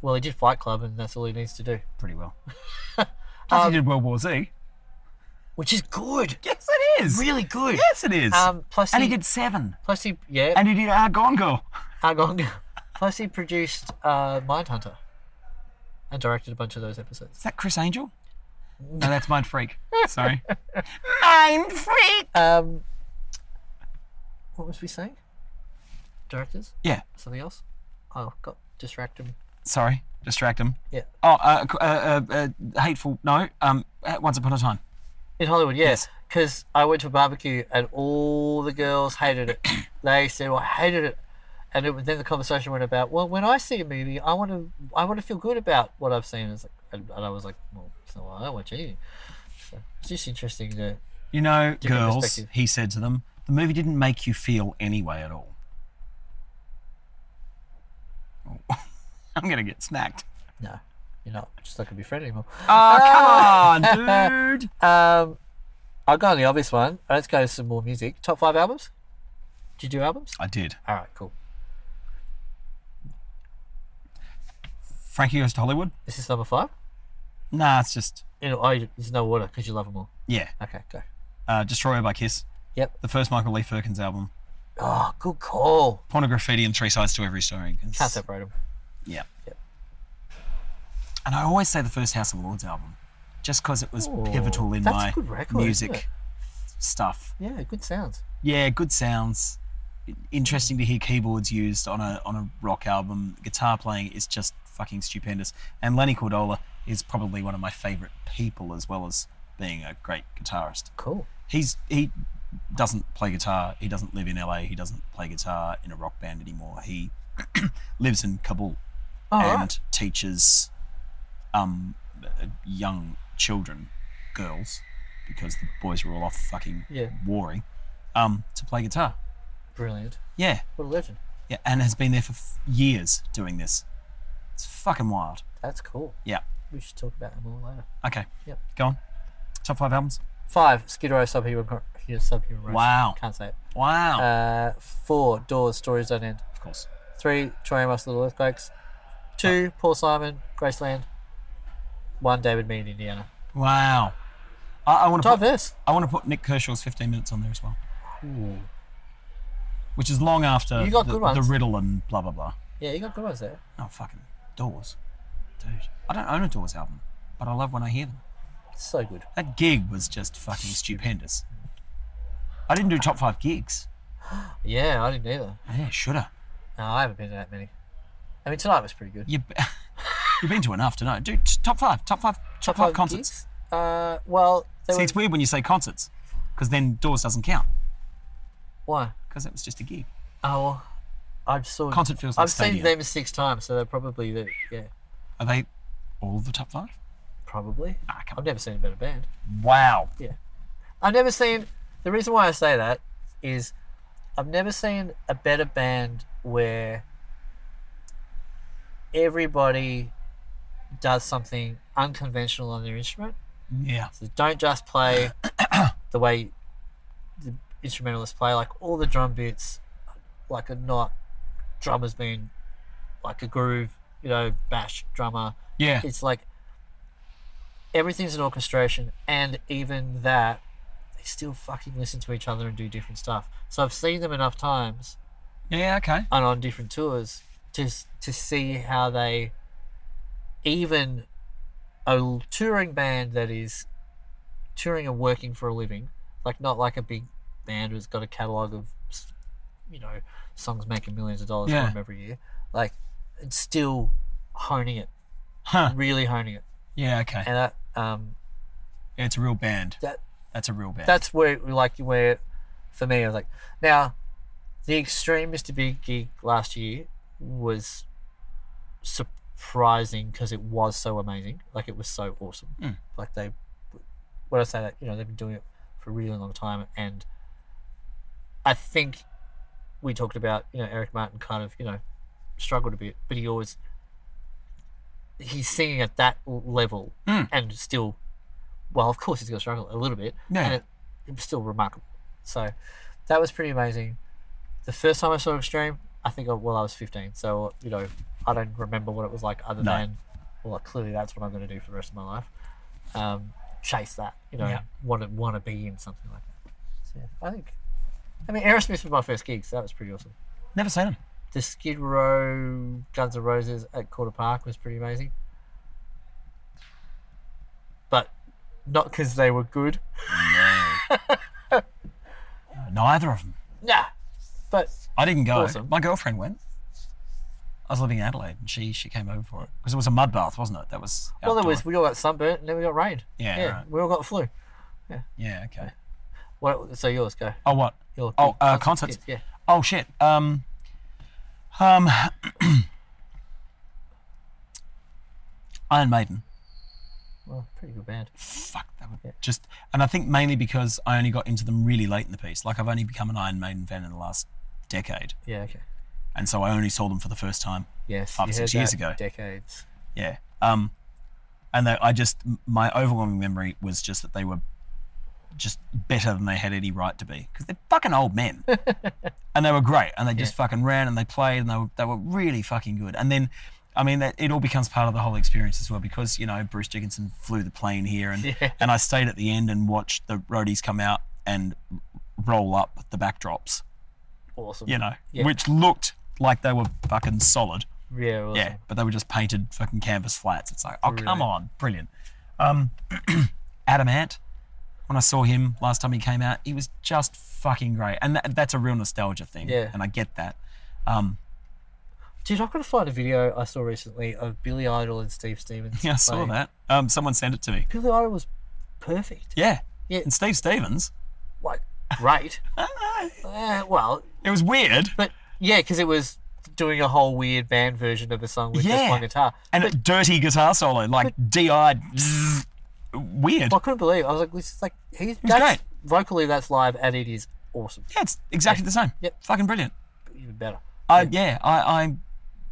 C: Well, he did Fight Club, and that's all he needs to do,
D: pretty well. Plus, he did World War Z.
C: which is good,
D: Um, Yes, it is.
C: really good.
D: Yes, it is.
C: Um, plus
D: and
C: he,
D: he did seven.
C: plus he yeah,
D: And he did Argone Girl.
C: Argong. plus he produced uh, Mindhunter, and directed a bunch of those episodes.
D: Is that Chris Angel? No, that's Mind Freak. Sorry. Mind Freak.
C: Um, what was we saying? Directors?
D: Yeah.
C: Something else? Oh, got distracted.
D: Sorry, distract him.
C: Yeah.
D: Oh, uh, c- uh, uh, uh, hateful. No. Um, uh, once upon a time.
C: In Hollywood, yeah.
D: Yes.
C: Because I went to a barbecue and all the girls hated it. they said, "Well, I hated it," and it, then the conversation went about, "Well, when I see a movie, I want to, I want to feel good about what I've seen." It's like, and, and I was like, "Well, it's not why I watch anything." So it's just interesting to.
D: You know,
C: Different
D: girls.
C: perspective.
D: He said to them, the movie didn't make you feel any way at all. Oh. I'm gonna get smacked.
C: No, you're not just not gonna be friend anymore.
D: Oh, come on, dude.
C: Um, I'll go on the obvious one. Let's go to some more music. Top five albums. Did you do albums?
D: I did.
C: All right, cool.
D: Frankie goes to Hollywood.
C: This is number five.
D: Nah, it's just
C: You know, I, there's no order because you love them all.
D: yeah.
C: Okay, go.
D: Uh, Destroyer by Kiss.
C: Yep.
D: The first Michael Lee Firkins album.
C: Oh, good call.
D: Porno graffiti and three sides to every story. It's-
C: Can't separate them.
D: Yeah.
C: Yep.
D: And I always say the first House of Lords album, just because it was
C: Ooh,
D: pivotal in
C: that's a
D: my
C: good record, isn't it?
D: music stuff.
C: Yeah, good sounds.
D: Yeah, good sounds. Interesting to hear keyboards used on a on a rock album. Guitar playing is just fucking stupendous. And Lenny Cordola is probably one of my favorite people, as well as being a great guitarist
C: Cool.
D: he's he doesn't play guitar. He doesn't live in LA. He doesn't play guitar in a rock band anymore. He lives in Kabul
C: All Oh, right.
D: and teaches um uh, young children, girls, because the boys were all off fucking
C: Yeah.
D: warring, um to play guitar.
C: Brilliant.
D: Yeah,
C: What a legend.
D: yeah, and has been there for f- years doing this. It's fucking wild.
C: That's cool.
D: Yeah.
C: We should talk about them all later.
D: Okay.
C: Yep.
D: Go on. Top five albums.
C: Five, Skid Row, Subhuman, Cor- yeah, subhuman Race.
D: Wow.
C: Can't say it.
D: Wow.
C: Uh, four, Doors, Stories Don't End.
D: of course.
C: Three, Troy Amos, Little Earthquakes. Two, Paul Simon, Graceland. One, David Mead, Indiana.
D: Wow. I, I want to.
C: Diverse.
D: I want to put Nick Kershaw's 15 minutes on there as well. Which is long after
C: You got
D: the,
C: good ones.
D: the riddle and blah blah blah.
C: Yeah, you got good ones there.
D: Oh fucking Doors, dude! I don't own a Doors album, but I love when I hear them.
C: So good.
D: That gig was just fucking stupendous. I didn't do top five gigs.
C: Yeah, I didn't either.
D: Yeah, shoulda.
C: No, I haven't been to that many. I mean, tonight was pretty good.
D: You, you've been to enough to know, dude. t- Top five, top five, top, five, concerts.
C: gigs? Uh, well, there
D: See,
C: was
D: it's weird when you say concerts, because then Doors doesn't count,
C: one.
D: because it was just a gig.
C: Oh, well, I've saw.
D: Concert feels like
C: I've seen
D: stadium.
C: them six times, so they're probably the yeah,
D: Are they all the top five?
C: probably.
D: Ah, come
C: I've never seen a better band.
D: on. Wow.
C: I've never seen. The reason why I say that is, I've never seen a better band where everybody does something unconventional on their instrument.
D: Yeah.
C: So don't just play the way the instrumentalists play, like all the drum beats, like a not drummer's being like a groove, you know, bash drummer.
D: Yeah.
C: It's like everything's an orchestration, and even that, they still fucking listen to each other and do different stuff. So I've seen them enough times
D: Yeah. Okay.
C: and on different tours to s- to see how they even a l- touring band that is touring and working for a living like not like a big band who's got a catalog of s- you know songs making millions of dollars
D: Yeah.
C: from every year like it's still honing it
D: Huh.
C: really honing it
D: Yeah. Okay.
C: and that um
D: Yeah, it's a real band.
C: that
D: That's a real band.
C: that's where like where for me I was like now the extreme Mr. Big gig last year was surprising because it was so amazing like it was so awesome
D: Mm.
C: like they when I say that you know they've been doing it for a really long time and I think we talked about you know Eric Martin kind of you know struggled a bit but he always he's singing at that l- level
D: Mm.
C: and still well of course he's going to struggle a little bit
D: Yeah.
C: and it, it was still remarkable so that was pretty amazing the first time I saw Extreme I think I, well I was 15 so you know I don't remember what it was like other
D: No.
C: than well clearly that's what I'm going to do for the rest of my life um, chase that you know
D: Yeah.
C: want to want to be in something like that so yeah, I think I mean Aerosmith was my first gig so that was pretty awesome
D: Never seen them.
C: the Skid Row Guns N' Roses at Quarter Park was pretty amazing. But not because they were good.
D: Neither of them. Uh,
C: Nah. But
D: I didn't go.
C: Awesome.
D: My girlfriend went. I was living in Adelaide, and she she came over for it because it was a mud bath, wasn't it? That was
C: Well, there
D: outdoor.
C: was we all got sunburnt and then we got rain.
D: Yeah,
C: yeah
D: right.
C: we all got flu.
D: Yeah. Okay.
C: What? So yours go.
D: Oh what?
C: Your
D: Oh, uh,
C: your
D: concerts.
C: Yeah.
D: Oh shit. Um. Um. Iron Maiden.
C: Well, pretty good band.
D: Fuck, that would just. And I think mainly because I only got into them really late in the piece. Like I've only become an Iron Maiden fan in the last decade,
C: Yeah. Okay.
D: and so I only saw them for the first time.
C: Yes.
D: Five
C: you
D: or six
C: heard
D: years
C: that
D: ago.
C: Decades.
D: Yeah. Um, and that I just my overwhelming memory was just that they were just better than they had any right to be because they're fucking old men, and they were great, and they just fucking ran and they played and they were, they were really fucking good. And then, I mean, that it all becomes part of the whole experience as well because you know Bruce Dickinson flew the plane here, and and I stayed at the end and watched the roadies come out and roll up the backdrops,
C: Awesome.
D: you know,
C: Yeah.
D: which looked like they were fucking solid.
C: Yeah. Awesome.
D: Yeah, but they were just painted fucking canvas flats. It's like, oh come
C: Brilliant.
D: on, brilliant. Um, Adam Ant, when I saw him last time he came out, he was just fucking great, and that, that's a real nostalgia thing.
C: Yeah.
D: and I get that. Um,
C: Dude, I've got to find a video I saw recently of Billy Idol and Steve Stevens.
D: yeah, I saw
C: playing.
D: that. Um, someone sent it to me.
C: Billy Idol was perfect.
D: Yeah,
C: Yeah.
D: and Steve Stevens. Ah,
C: Like, great. Uh, well,
D: It was weird,
C: but yeah, because it was doing a whole weird band version of the song with just
D: Yeah.
C: one guitar.
D: and a dirty guitar solo, like di weird.
C: Well, I couldn't believe. It. I was like, this is like he's
D: was
C: that's, vocally that's live and it is awesome,
D: yeah, it's exactly the same.
C: Yep.
D: fucking brilliant.
C: even better.
D: I, yeah, I, I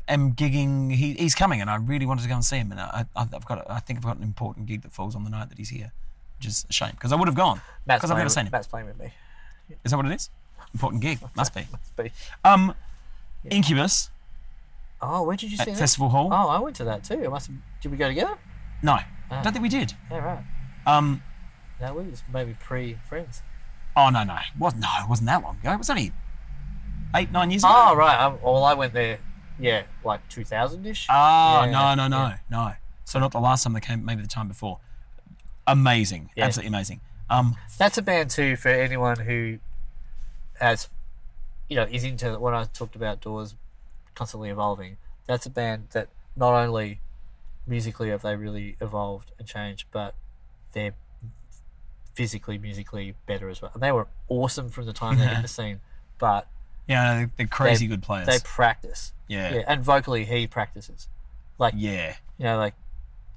D: am gigging. He, he's coming, and I really wanted to go and see him. And I, I, I've got, I think I've got an important gig that falls on the night that he's here, which is a shame because I would have gone
C: Matt's
D: because I've
C: playing,
D: never
C: with-
D: seen him.
C: Matt's playing with me.
D: Is that what it is? Important gig, must be.
C: It's be-
D: Um, Incubus
C: Oh, where did you see
D: at
C: that?
D: Festival Hall.
C: Oh, I went to that too. I must. Have, did we go together?
D: No,
C: Ah.
D: I don't think we did.
C: Yeah, right.
D: Um,
C: That was maybe pre-friends.
D: oh no, no, it wasn't. No, it wasn't that long ago. It was only eight, nine years ago.
C: Oh, right. Um, well, I went there. Yeah, like 2000-ish.
D: Ah,
C: Yeah,
D: no, no, no,
C: yeah.
D: no. So not the last time they came, maybe the time before. Amazing,
C: Yeah.
D: absolutely amazing. Um,
C: That's a band too for anyone who has, you know, is into when I talked about doors constantly evolving. That's a band that not only musically have they really evolved and changed, but they're physically, musically better as well. And they were awesome from the time they hit the scene, but
D: yeah, they're, they're crazy good players.
C: they practice.
D: Yeah.
C: yeah. And vocally, he practices. Like,
D: yeah.
C: you know, like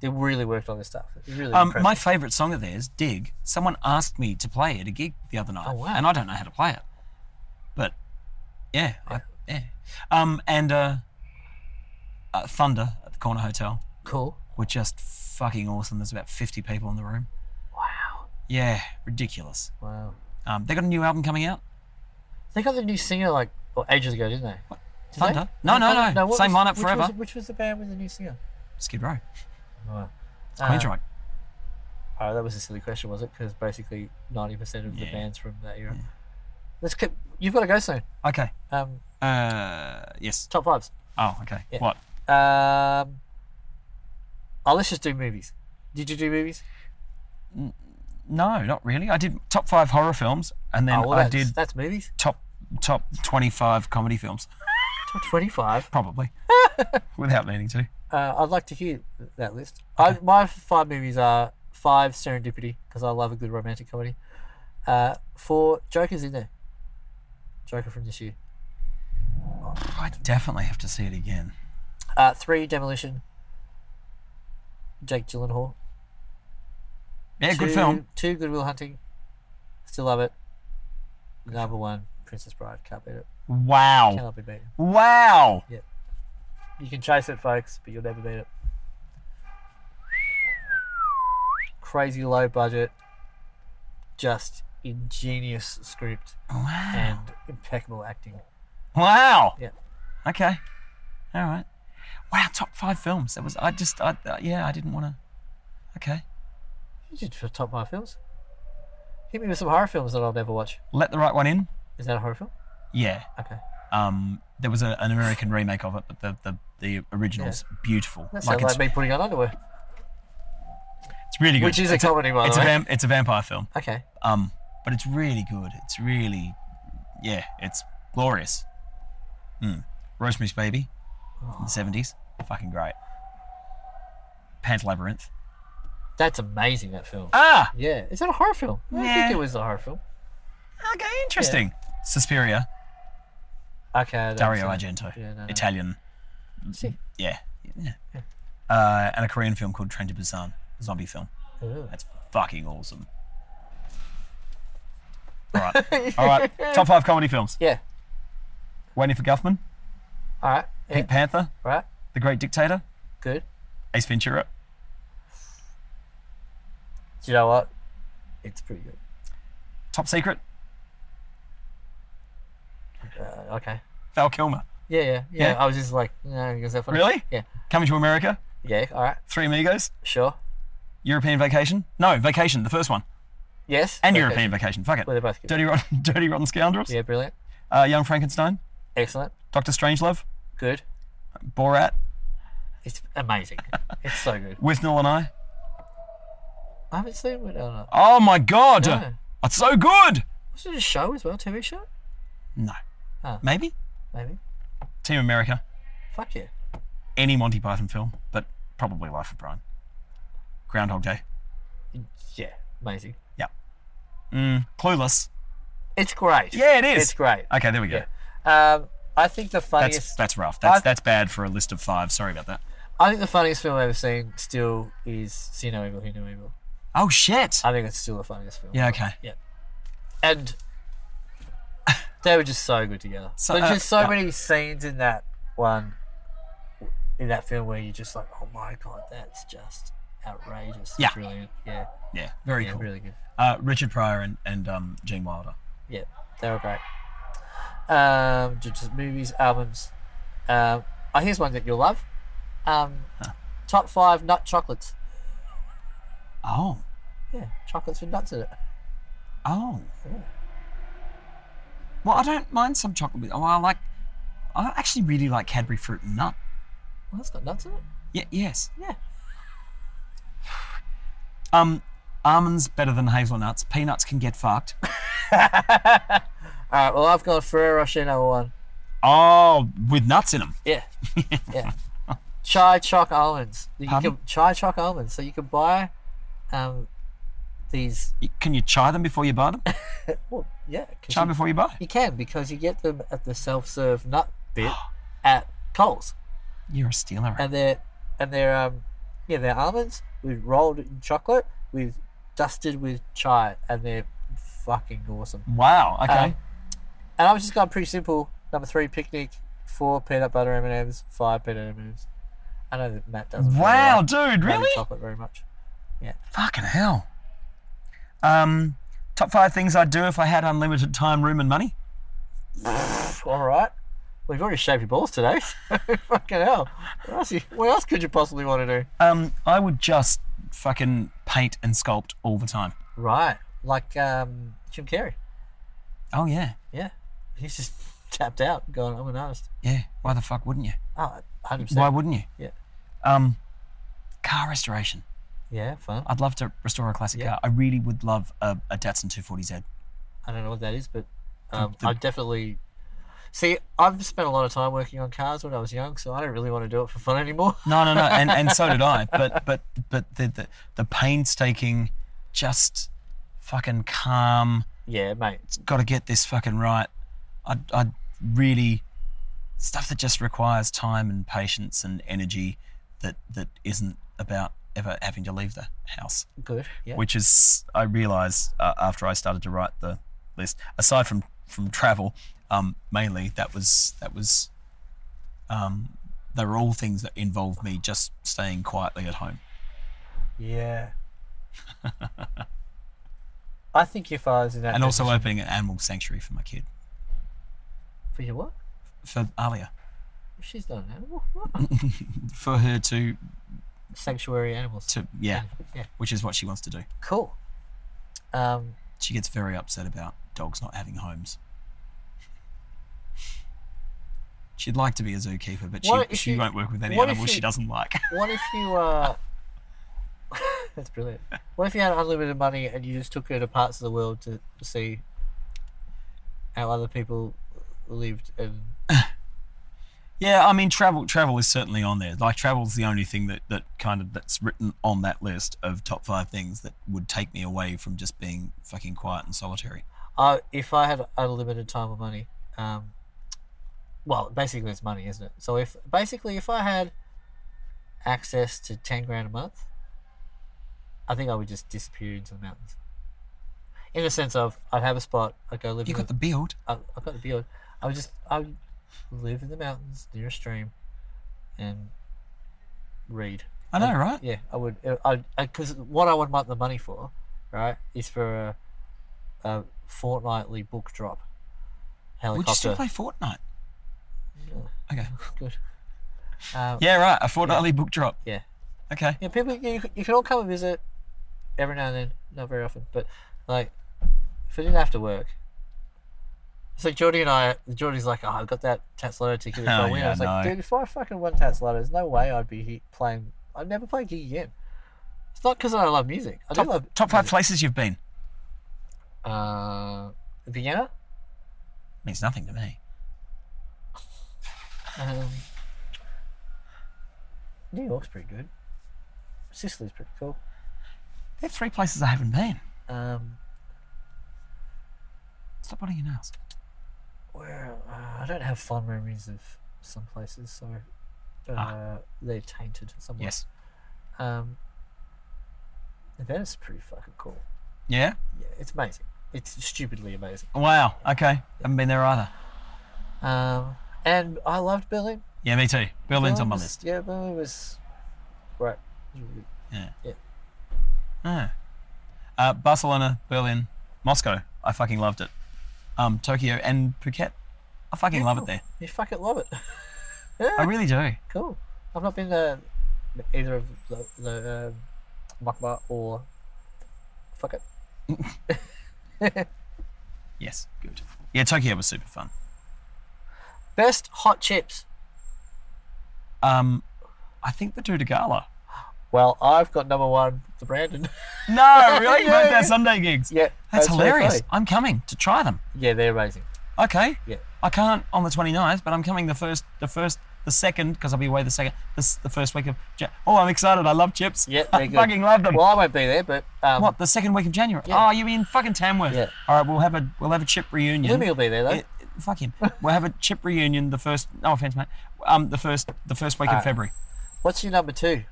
C: they really worked on this stuff. It's Really
D: Um,
C: impressive.
D: my favourite song of theirs, Dig, someone asked me to play at a gig the other night.
C: Oh, wow.
D: And I don't know how to play it. But yeah, I, yeah. Um, and uh, uh, Thunder at the Corner Hotel
C: cool.
D: were just fucking awesome. There's about 50 people in the room.
C: Wow.
D: Yeah, ridiculous.
C: Wow.
D: Um, they got a new album coming out.
C: They got the new singer like well, ages ago, didn't they? Did
D: Thunder?
C: they?
D: No, no,
C: Thunder-
D: no.
C: what
D: Same lineup
C: which
D: forever.
C: Was, which was the band with the new singer?
D: Skid Row.
C: Oh,
D: It's Queen's right.
C: oh, that was a silly question, was it? Because basically ninety percent of the
D: Yeah.
C: bands from that era. Let's keep, You've got to go soon.
D: Okay.
C: Um,
D: Uh, yes.
C: top fives.
D: Oh, okay.
C: Yeah.
D: What?
C: Um, oh, let's just do movies. Did you do movies?
D: No, not really. I did top five horror films, and then
C: oh, well,
D: I
C: that's,
D: did
C: that's movies.
D: top top 25 comedy films.
C: Top twenty-five.
D: Probably. Without meaning to.
C: Uh, I'd like to hear that list. I, my five movies are five Serendipity because I love a good romantic comedy. Uh, four Joker's in there. Joker from this year.
D: I definitely have to see it again.
C: Uh, three Demolition. Jake Gyllenhaal.
D: Yeah, good
C: Two-
D: film.
C: Two Goodwill Hunting. Still love it. Number one Princess Bride. Can't beat it.
D: Wow.
C: Cannot be beaten.
D: Wow.
C: You can chase it, folks, but you'll never beat it. Crazy low budget, just ingenious script
D: Wow.
C: and impeccable acting.
D: Wow.
C: Yeah.
D: Okay. All right. Wow, top five films. That was, I just, I, uh, yeah, I didn't want to. Okay.
C: You did for top five films. Hit me with some horror films that I'll never watch.
D: Let the Right One In?
C: Is that a horror film?
D: Yeah.
C: Okay.
D: Um, there was a, an American remake of it, but the, the, the original's beautiful.
C: That
D: like
C: sounds
D: it's,
C: like, me putting on underwear,
D: it's really good.
C: which is a
D: it's
C: comedy, by
D: it's
C: the
D: a,
C: way.
D: vam- it's a vampire film.
C: okay.
D: Um, but it's really good. It's really, yeah, it's glorious. Mm. Rosemary's Hmm. Baby. in the 70s. Fucking great. Pan's Labyrinth.
C: That's amazing. That film.
D: Ah!
C: yeah, is that a horror film? I
D: Yeah.
C: think it was a horror film.
D: Okay, interesting. Suspiria.
C: Okay. I don't
D: Dario
C: see.
D: Argento.
C: Yeah, no, no.
D: Italian.
C: See.
D: Yeah. yeah. Uh, and a Korean film called Train to Busan. Zombie film.
C: Ooh.
D: That's fucking awesome. All right. All right. Top five comedy films.
C: Yeah.
D: Waiting for Guffman.
C: All right. Yeah.
D: Pink Panther.
C: Right.
D: The Great Dictator.
C: Good.
D: Ace Ventura.
C: Do you know what? It's pretty good.
D: Top Secret.
C: Uh, okay.
D: Val Kilmer.
C: Yeah, yeah, yeah,
D: Yeah?
C: I was just like, no, because that funny.
D: Really?
C: Yeah.
D: Coming to America.
C: Yeah. All right.
D: Three Amigos.
C: Sure.
D: European Vacation. No, Vacation. The first one.
C: Yes.
D: And
C: Okay.
D: European Vacation. Fuck it.
C: Well, they're both good.
D: Dirty Rotten, Dirty Rotten Scoundrels.
C: Yeah. Brilliant.
D: Uh, Young Frankenstein.
C: Excellent.
D: Doctor Strangelove.
C: Good.
D: Borat.
C: It's amazing. it's so good.
D: With Nil and I.
C: I haven't seen it. I don't know.
D: Oh my god!
C: No.
D: That's so good!
C: Was it a show as well? TV show?
D: No.
C: Oh.
D: Maybe?
C: Maybe.
D: Team America.
C: Fuck yeah.
D: Any Monty Python film, but probably Life of Brian. Groundhog Day.
C: Yeah. Amazing.
D: Mm, Clueless.
C: It's great.
D: Yeah, it is.
C: It's great.
D: Okay, there we go.
C: Yeah. Um, I think the
D: That's
C: funniest.
D: that's rough. That's
C: I've-
D: that's bad for a list of five. Sorry about that.
C: I think the funniest film I've ever seen still is See No Evil, Who Knew Evil.
D: Oh shit.
C: I think it's still the funniest film.
D: Yeah. Okay.
C: And they were just so good together.
D: So,
C: So, There's
D: uh,
C: just so
D: yeah.
C: many scenes in that one, in that film where you're just like, oh my god, that's just outrageous.
D: Yeah.
C: Brilliant. Yeah.
D: Yeah. Very
C: yeah
D: cool.
C: Really good.
D: Uh, Richard Pryor and and um, Gene Wilder.
C: Yeah. They were great. Um, ju- just movies, albums. Um, I think it's one that you'll love. Um, Top five nut chocolates.
D: Oh.
C: Yeah, chocolates with nuts in it.
D: Oh. Well, I don't mind some chocolate. Oh, I like. I actually really like Cadbury fruit and nut.
C: Well, that's got nuts in it.
D: Yeah. Yes.
C: Yeah.
D: Um, almonds better than hazelnuts. Peanuts can get fucked.
C: All right. Well, I've got Ferrero Rocher number one.
D: Oh, with nuts in them.
C: Yeah. yeah. Chai choc almonds. You
D: Pardon?
C: can, chai choc almonds. So you can buy um, these.
D: Can you chai them before you buy them?
C: Well, yeah. 'cause
D: Chai
C: you,
D: before you buy.
C: you can because you get them at the self-serve nut bit at Coles,
D: You're a stealer.
C: and they're and they're um, yeah they're almonds with rolled in chocolate with dusted with chai, and they're fucking awesome.
D: wow. Okay.
C: Um, and I was just going pretty simple. Number three, picnic. Four, peanut butter M and M's. Five, peanut M and M's. I know that Matt
D: uh,
C: doesn't. really
D: wow,
C: like
D: dude.
C: nutty
D: Really?
C: Chocolate very much.
D: Fucking hell. Um, top five things I'd do if I had unlimited time, room, and money.
C: All right. We've already shaved your balls today. so Fucking hell. What else, you- what else could you possibly want to do?
D: Um, I would just fucking paint and sculpt all the time.
C: Right. Like um, Jim Carrey.
D: Oh yeah.
C: Yeah. He's just tapped out, going, I'm an artist.
D: Yeah. Why the fuck wouldn't you?
C: Oh, 100%.
D: Why wouldn't you?
C: Yeah.
D: Um, car restoration.
C: Yeah, fun.
D: I'd love to restore a classic
C: Yeah.
D: car. I really would love a, a Datsun 240Z.
C: I don't know what that is, but um, I definitely. See, I've spent a lot of time working on cars when I was young, so I don't really want to do it for fun anymore.
D: No, no, no, and, and so did I. But but but the, the the painstaking, just fucking calm.
C: Yeah, mate.
D: Got to get this fucking right. I I really stuff that just requires time and patience and energy that that isn't about ever having to leave the house.
C: Good. Yeah.
D: Which is I realised uh, after I started to write the list. Aside from from travel, um, mainly that was that was. Um, they were all things that involved me just staying quietly at home.
C: yeah. I think if I was in that.
D: and also
C: position-
D: opening an animal sanctuary for my kid
C: For your what?
D: for Alia
C: She's not an animal. What?
D: for her to
C: Mm. Sanctuary animals.
D: to yeah,
C: Yeah.
D: which is what she wants to do
C: Cool. Um,
D: she gets very upset about dogs not having homes she'd like to be a zookeeper but
C: What
D: she,
C: if
D: she
C: you-
D: won't work with any
C: what if
D: animals she
C: you-
D: doesn't like
C: what if you uh That's brilliant. What if you had unlimited money and you just took her to parts of the world to see how other people lived and
D: Yeah, I mean travel travel is certainly on there. Like travel's the only thing that, that kind of that's written on that list of top five things that would take me away from just being fucking quiet and solitary.
C: Uh, if I had unlimited time or money, um, well, basically it's money, isn't it? So if basically if I had access to ten grand a month, I think I would just disappear into the mountains. In the sense of I'd have a spot, I'd go live.
D: You
C: in
D: got the build.
C: I, I got the build. I would just I would live in the mountains near a stream, and read.
D: I know, right?
C: Yeah, I would. uh, I because what I would want the money for, right, is for a, a fortnightly book drop.
D: Would you still
C: Helicopter.
D: play Fortnite? Okay.
C: Good. Um, yeah.
D: Yeah, right. A fortnightly book drop.
C: yeah,
D: Okay.
C: People, you, you can all come and visit every now and then. Not very often, but like if we didn't have to work. It's like Jordy and I. Jordy's like, oh, I got that Tatslotto ticket if
D: Oh,
C: I win.
D: yeah,
C: I was like,
D: no.
C: dude, if I fucking won Tatslotto, there's no way I'd be he- playing. I'd never play gig again. It's not because I love music. I do love
D: Top, top five
C: music.
D: places you've been
C: Uh, Vienna.
D: means nothing to me.
C: Um, New York's pretty good. Sicily's pretty cool.
D: There are three places I haven't been.
C: Um,
D: Stop biting your nails.
C: where uh, I don't have fond memories of some places, so uh, they're tainted somewhat.
D: Yes.
C: Um, and Venice is pretty fucking cool.
D: Yeah.
C: Yeah, it's amazing. It's stupidly amazing.
D: Wow. Okay. Haven't been there either.
C: Um, and I loved Berlin.
D: Yeah, me too. Berlin's on my
C: was-
D: list.
C: Yeah, Berlin was right.
D: Yeah.
C: Yeah.
D: Oh. Uh, Barcelona, Berlin, Moscow. I fucking loved it. Um, Tokyo and Phuket. I fucking love it there.
C: You fucking love it.
D: I really do.
C: Cool. I've not been to either of the, the um, Makba or fuck it.
D: Yes. Good. Yeah, Tokyo was super fun.
C: Best hot chips.
D: Um, I think the Duda Gala.
C: Well, I've got number one, the Brandon.
D: No, really? You
C: Yeah,
D: both
C: yeah.
D: our Sunday gigs.
C: yeah,
D: That's,
C: really
D: hilarious.
C: funny.
D: I'm coming to try them.
C: yeah, they're amazing.
D: Okay.
C: Yeah.
D: I can't on the 29th, but I'm coming the first, the first, the second, because I'll be away the second, this, the first week of. Ja- oh, I'm excited. I love chips.
C: Yeah,
D: I
C: they're good.
D: fucking love them.
C: Well, I won't be there, but um,
D: What? The second week of January?
C: Yeah.
D: Oh, you mean fucking Tamworth?
C: Yeah.
D: All right, we'll have a we'll have a chip reunion.
C: Lumi will be there though.
D: It- it- fuck him. we'll have a chip reunion the first. No offense, mate. Um, the first the first week of
C: Alright.
D: February.
C: What's your number two?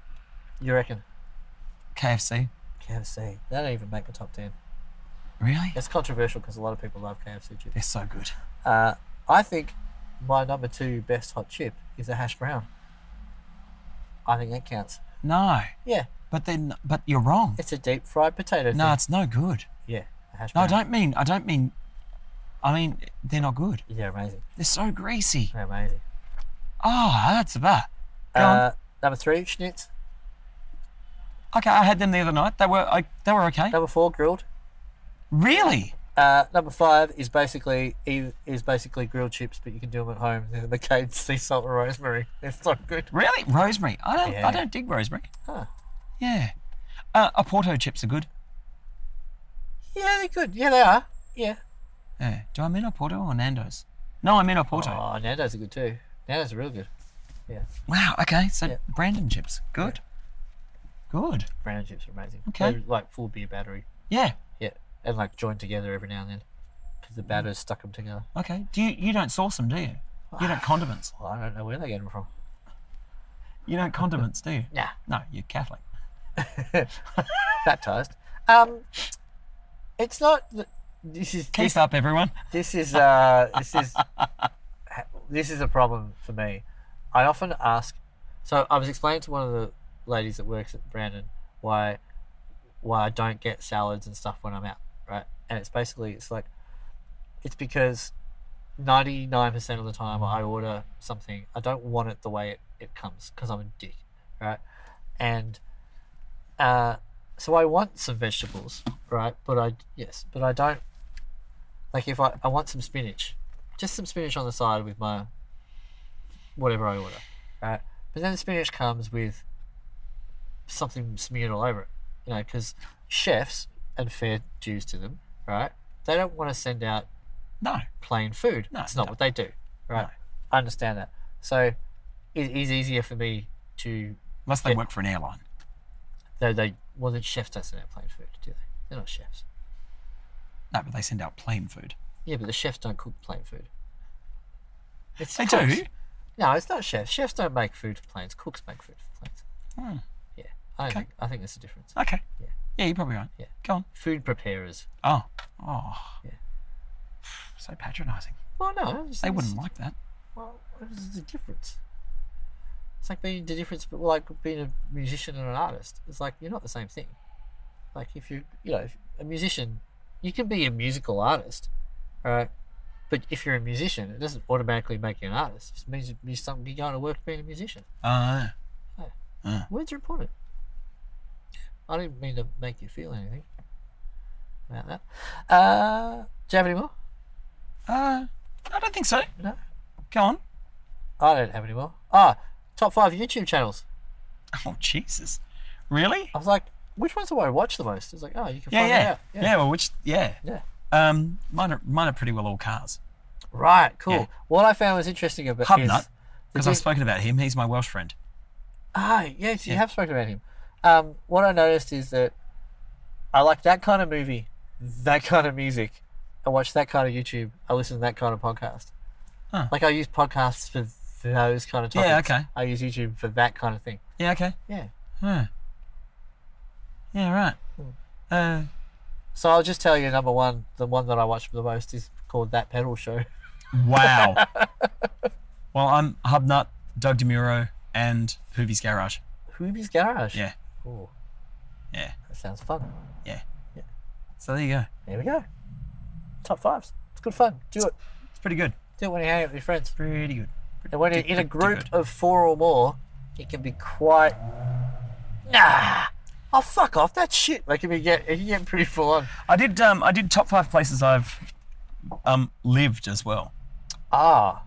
C: You reckon?
D: KFC.
C: KFC. They don't even make the top ten.
D: Really?
C: It's controversial because a lot of people love KFC chips.
D: They're so good.
C: Uh, I think my number two best hot chip is a hash brown. I think that counts.
D: No,
C: Yeah,
D: but then but you're wrong.
C: it's a deep fried potato.
D: No,
C: thing.
D: it's no good.
C: Yeah, a hash
D: No, I
C: brown.
D: don't mean. I don't mean. I mean they're not good.
C: Yeah, amazing.
D: They're so greasy.
C: They're amazing.
D: Oh, that's about. Go on.
C: Uh, number three, schnitz.
D: Okay, I had them the other night. They were I, they were okay.
C: Number four, grilled.
D: Really?
C: Uh, number five is basically is is basically grilled chips, but you can do them at home. They're the caged sea salt and rosemary. They're so good.
D: Really? Rosemary. I don't
C: Yeah.
D: I don't dig rosemary.
C: Huh.
D: Yeah. Uh, Oporto chips are good.
C: Yeah, they're good. Yeah, they are. Yeah.
D: Yeah. Do I mean Oporto or Nando's? No, I mean Oporto.
C: Oh, Nando's are good too. Nando's are real good. Yeah,
D: Wow. Okay. So
C: Yeah.
D: Brandon chips. Good. Good.
C: brown chips are amazing.
D: Okay.
C: They're like full beer battery.
D: Yeah.
C: Yeah, and like joined together every now and then because the
D: Mm.
C: batter's stuck them together.
D: Okay. Do you you don't sauce them, do you? You don't condiments.
C: Well, I don't know where they get them from.
D: You don't condiments, do you?
C: Nah,
D: No, you're Catholic.
C: baptized. Um, it's not. th- This is
D: Keep
C: this,
D: up, everyone.
C: this is uh this is this is a problem for me. I often ask. So I was explaining to one of the ladies that works at Brandon why why I don't get salads and stuff when I'm out, right? And it's basically it's like it's because ninety nine percent of the time I order something I don't want it the way it, it comes because I'm a dick, right? And uh, so I want some vegetables, right? But I yes, but I don't like if I, I want some spinach, just some spinach on the side with my whatever I order, right? But then the spinach comes with something smeared all over it, you know, because chefs and fair dues to them, right? They don't want to send out
D: No.
C: plain food.
D: No,
C: it's not
D: no.
C: what they do, right?
D: No.
C: I understand that, So it is easier for me to.
D: Unless they
C: Yeah.
D: work for an airline.
C: Though they. Well, the chefs don't send out plain food, do they? They're not chefs.
D: No, but they send out plain food.
C: Yeah, but the chefs don't cook plain food. It's
D: They
C: cooks.
D: do.
C: No, it's not chefs. Chefs don't make food for planes. Cooks make food for planes.
D: Hmm.
C: Yeah, I, don't
D: Okay.
C: think, I think there's a difference.
D: Okay.
C: Yeah.
D: Yeah, you're probably right.
C: Yeah.
D: Go on.
C: Food preparers.
D: Oh. Oh.
C: Yeah.
D: So patronising.
C: Well, no, it's-
D: They
C: it's-
D: wouldn't like that.
C: Well, what is the difference? It's like being the difference, but like being a musician and an artist. It's like you're not the same thing. Like if you, you know, if a musician, you can be a musical artist, all right. But if you're a musician, it doesn't automatically make you an artist. It just means you something you go to work being a musician.
D: Uh,
C: Words are important. I didn't mean to make you feel anything about that. Uh, do you have any more?
D: uh, I don't think so.
C: No,
D: Go on.
C: I don't have any more. Ah, top five YouTube channels.
D: Oh, Jesus. Really?
C: I was like, which ones do I watch the most? It's like, oh, you can
D: Yeah,
C: find
D: yeah.
C: that out.
D: yeah. well, which, yeah.
C: Yeah.
D: Um, mine are, mine are pretty well all cars.
C: Right, cool.
D: Yeah.
C: What I found was interesting about
D: Hub
C: is
D: Nut, Because
C: the-
D: I've spoken about him. He's my Welsh friend.
C: Ah, yes, you have spoken about him. Um, what I noticed is that I like that kind of movie, that kind of music. I watch that kind of YouTube. I listen to that kind of podcast.
D: Huh.
C: Like I use podcasts for those kind of topics.
D: Yeah, okay.
C: I use YouTube for that kind of thing.
D: Yeah, okay.
C: Yeah.
D: Huh. Yeah, right.
C: Hmm.
D: Uh,
C: So I'll just tell you number one, the one that I watch the most is called That Pedal Show.
D: wow. well, I'm Hubnut, Doug DeMuro, and Hoovy's Garage.
C: Hoovy's Garage.
D: Yeah,
C: Ooh,
D: yeah,
C: that sounds fun.
D: yeah. So there you go.
C: There we go. Top fives. It's good fun. Do it.
D: It's pretty good.
C: Do it when you hang out with your friends.
D: Pretty good.
C: And when you're in a
D: Pretty
C: group
D: good.
C: of four or more, it can be quite. Nah. Oh fuck off that shit. Like it can get it can get pretty full on.
D: I did. Um, I did top five places I've um lived as well.
C: Ah,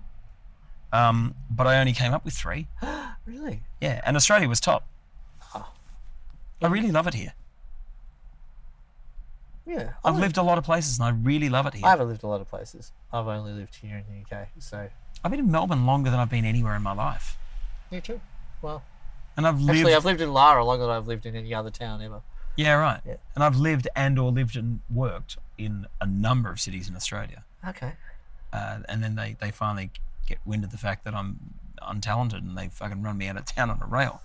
D: Um, but I only came up with three.
C: really?
D: Yeah, and Australia was top. I really love it here.
C: Yeah. I
D: I've lived a lot of places and I really love it
C: I
D: here.
C: haven't lived a lot of places. I've only lived here in the UK. So
D: I've been in Melbourne longer than I've been anywhere in my life.
C: me too. Well,
D: And I've lived
C: actually, I've lived in Lara longer than I've lived in any other town ever.
D: Yeah, right.
C: Yeah.
D: And I've lived and or lived and worked in a number of cities in Australia.
C: Okay.
D: Uh, and then they, they finally get wind of the fact that I'm untalented and they fucking run me out of town on a rail.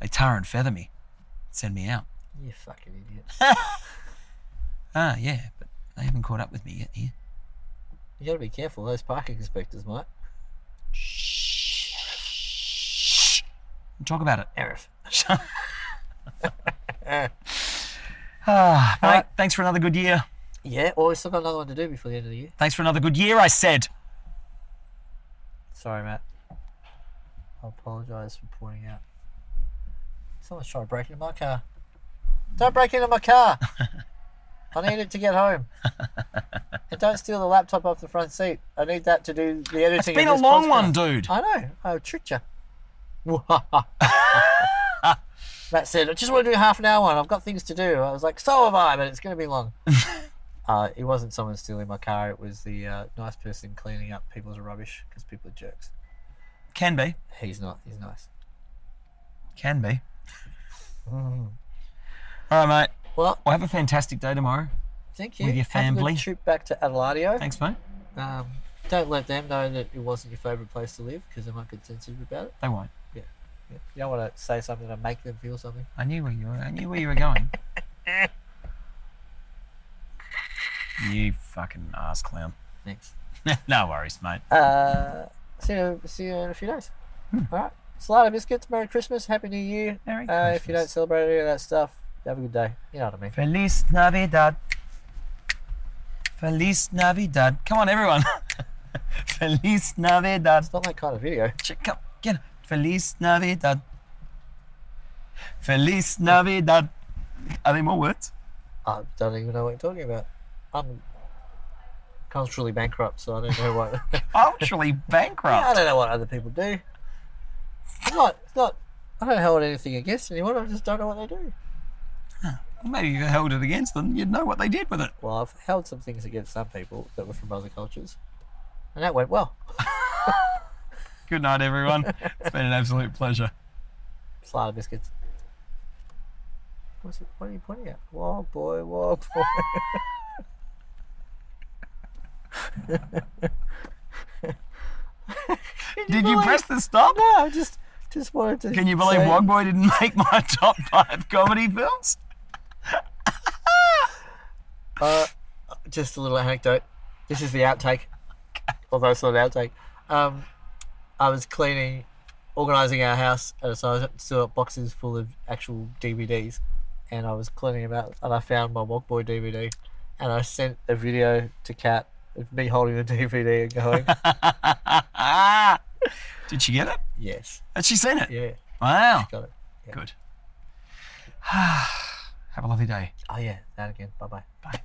D: They tar and feather me, send me out.
C: You fucking idiot.
D: Ah, yeah, but they haven't caught up with me yet here.
C: You got to be careful. Those parking inspectors might.
D: Shh. Don't Talk about it.
C: Arif.
D: Ah, mate,
C: Alright.
D: thanks for another good year.
C: Yeah. Or we still got another one to do before the end of the year.
D: Thanks for another good year, I said.
C: Sorry, Matt. I apologise for pointing out. Someone's trying to break into my car. Don't break into my car! I need it to get home. and don't steal the laptop off the front seat. I need that to do the editing.
D: It's
C: of
D: been a
C: this
D: long
C: podcast.
D: one, dude.
C: I know. I tricked you. Matt said, I just want to do a half an hour one. I've got things to do. I was like, so have I, but it's going to be long. uh, it wasn't someone stealing my car. It was the uh, nice person cleaning up people's rubbish because people are jerks.
D: Can be.
C: He's not. He's nice.
D: Can be. All right, mate.
C: Well,
D: Well, have a fantastic day tomorrow.
C: thank you.
D: With your
C: Have a
D: family.
C: good trip back to Adelaide.
D: Thanks, mate.
C: Um, don't let them know that it wasn't your favourite place to live because they might get sensitive about it.
D: They won't.
C: Yeah. You don't want to say something to make them feel something.
D: I knew where you were. I knew where you were going. you fucking ass clown.
C: Thanks.
D: no worries, mate.
C: Uh, see you. See you in a few days. All right. Salada biscuits. Merry Christmas. Happy New Year.
D: Hmm. Merry
C: uh, If
D: Christmas.
C: you don't celebrate any of that stuff, have a good day. You know what I mean.
D: Feliz Navidad. Feliz Navidad. Come on, everyone. Feliz Navidad.
C: It's not that kind of video.
D: Check out. Get it. Feliz Navidad. Feliz Navidad. Are there more words?
C: I don't even know what you're talking about. I'm culturally bankrupt, so I don't know what.
D: Culturally
C: I
D: bankrupt.
C: don't know what other people do. It's not, it's not, I don't hold anything against anyone. I just don't know what they do.
D: Well, maybe if you held it against them, you'd know what they did with it.
C: Well, I've held some things against some people that were from other cultures, and that went well.
D: Good night, everyone. It's been an absolute pleasure.
C: Slada biscuits. What's it, what are you pointing at? Whoa, boy, whoa, boy.
D: Did you press the stop?
C: No, I just just wanted to.
D: Can you believe
C: say-
D: Wogboy didn't make my top five comedy films?
C: Uh, just a little anecdote. This is the outtake, although it's not an outtake. Um, I was cleaning, organizing our house, and so I was still got boxes full of actual DVDs, and I was cleaning them out, and I found my Walkboy DVD, and I sent a video to Kat of me holding the DVD and going,
D: Did she get it?
C: "Yes,
D: Had she seen it?
C: yeah,
D: Wow.
C: got it."
D: Good. Have a lovely day.
C: Oh yeah, that again. Bye bye.
D: Bye.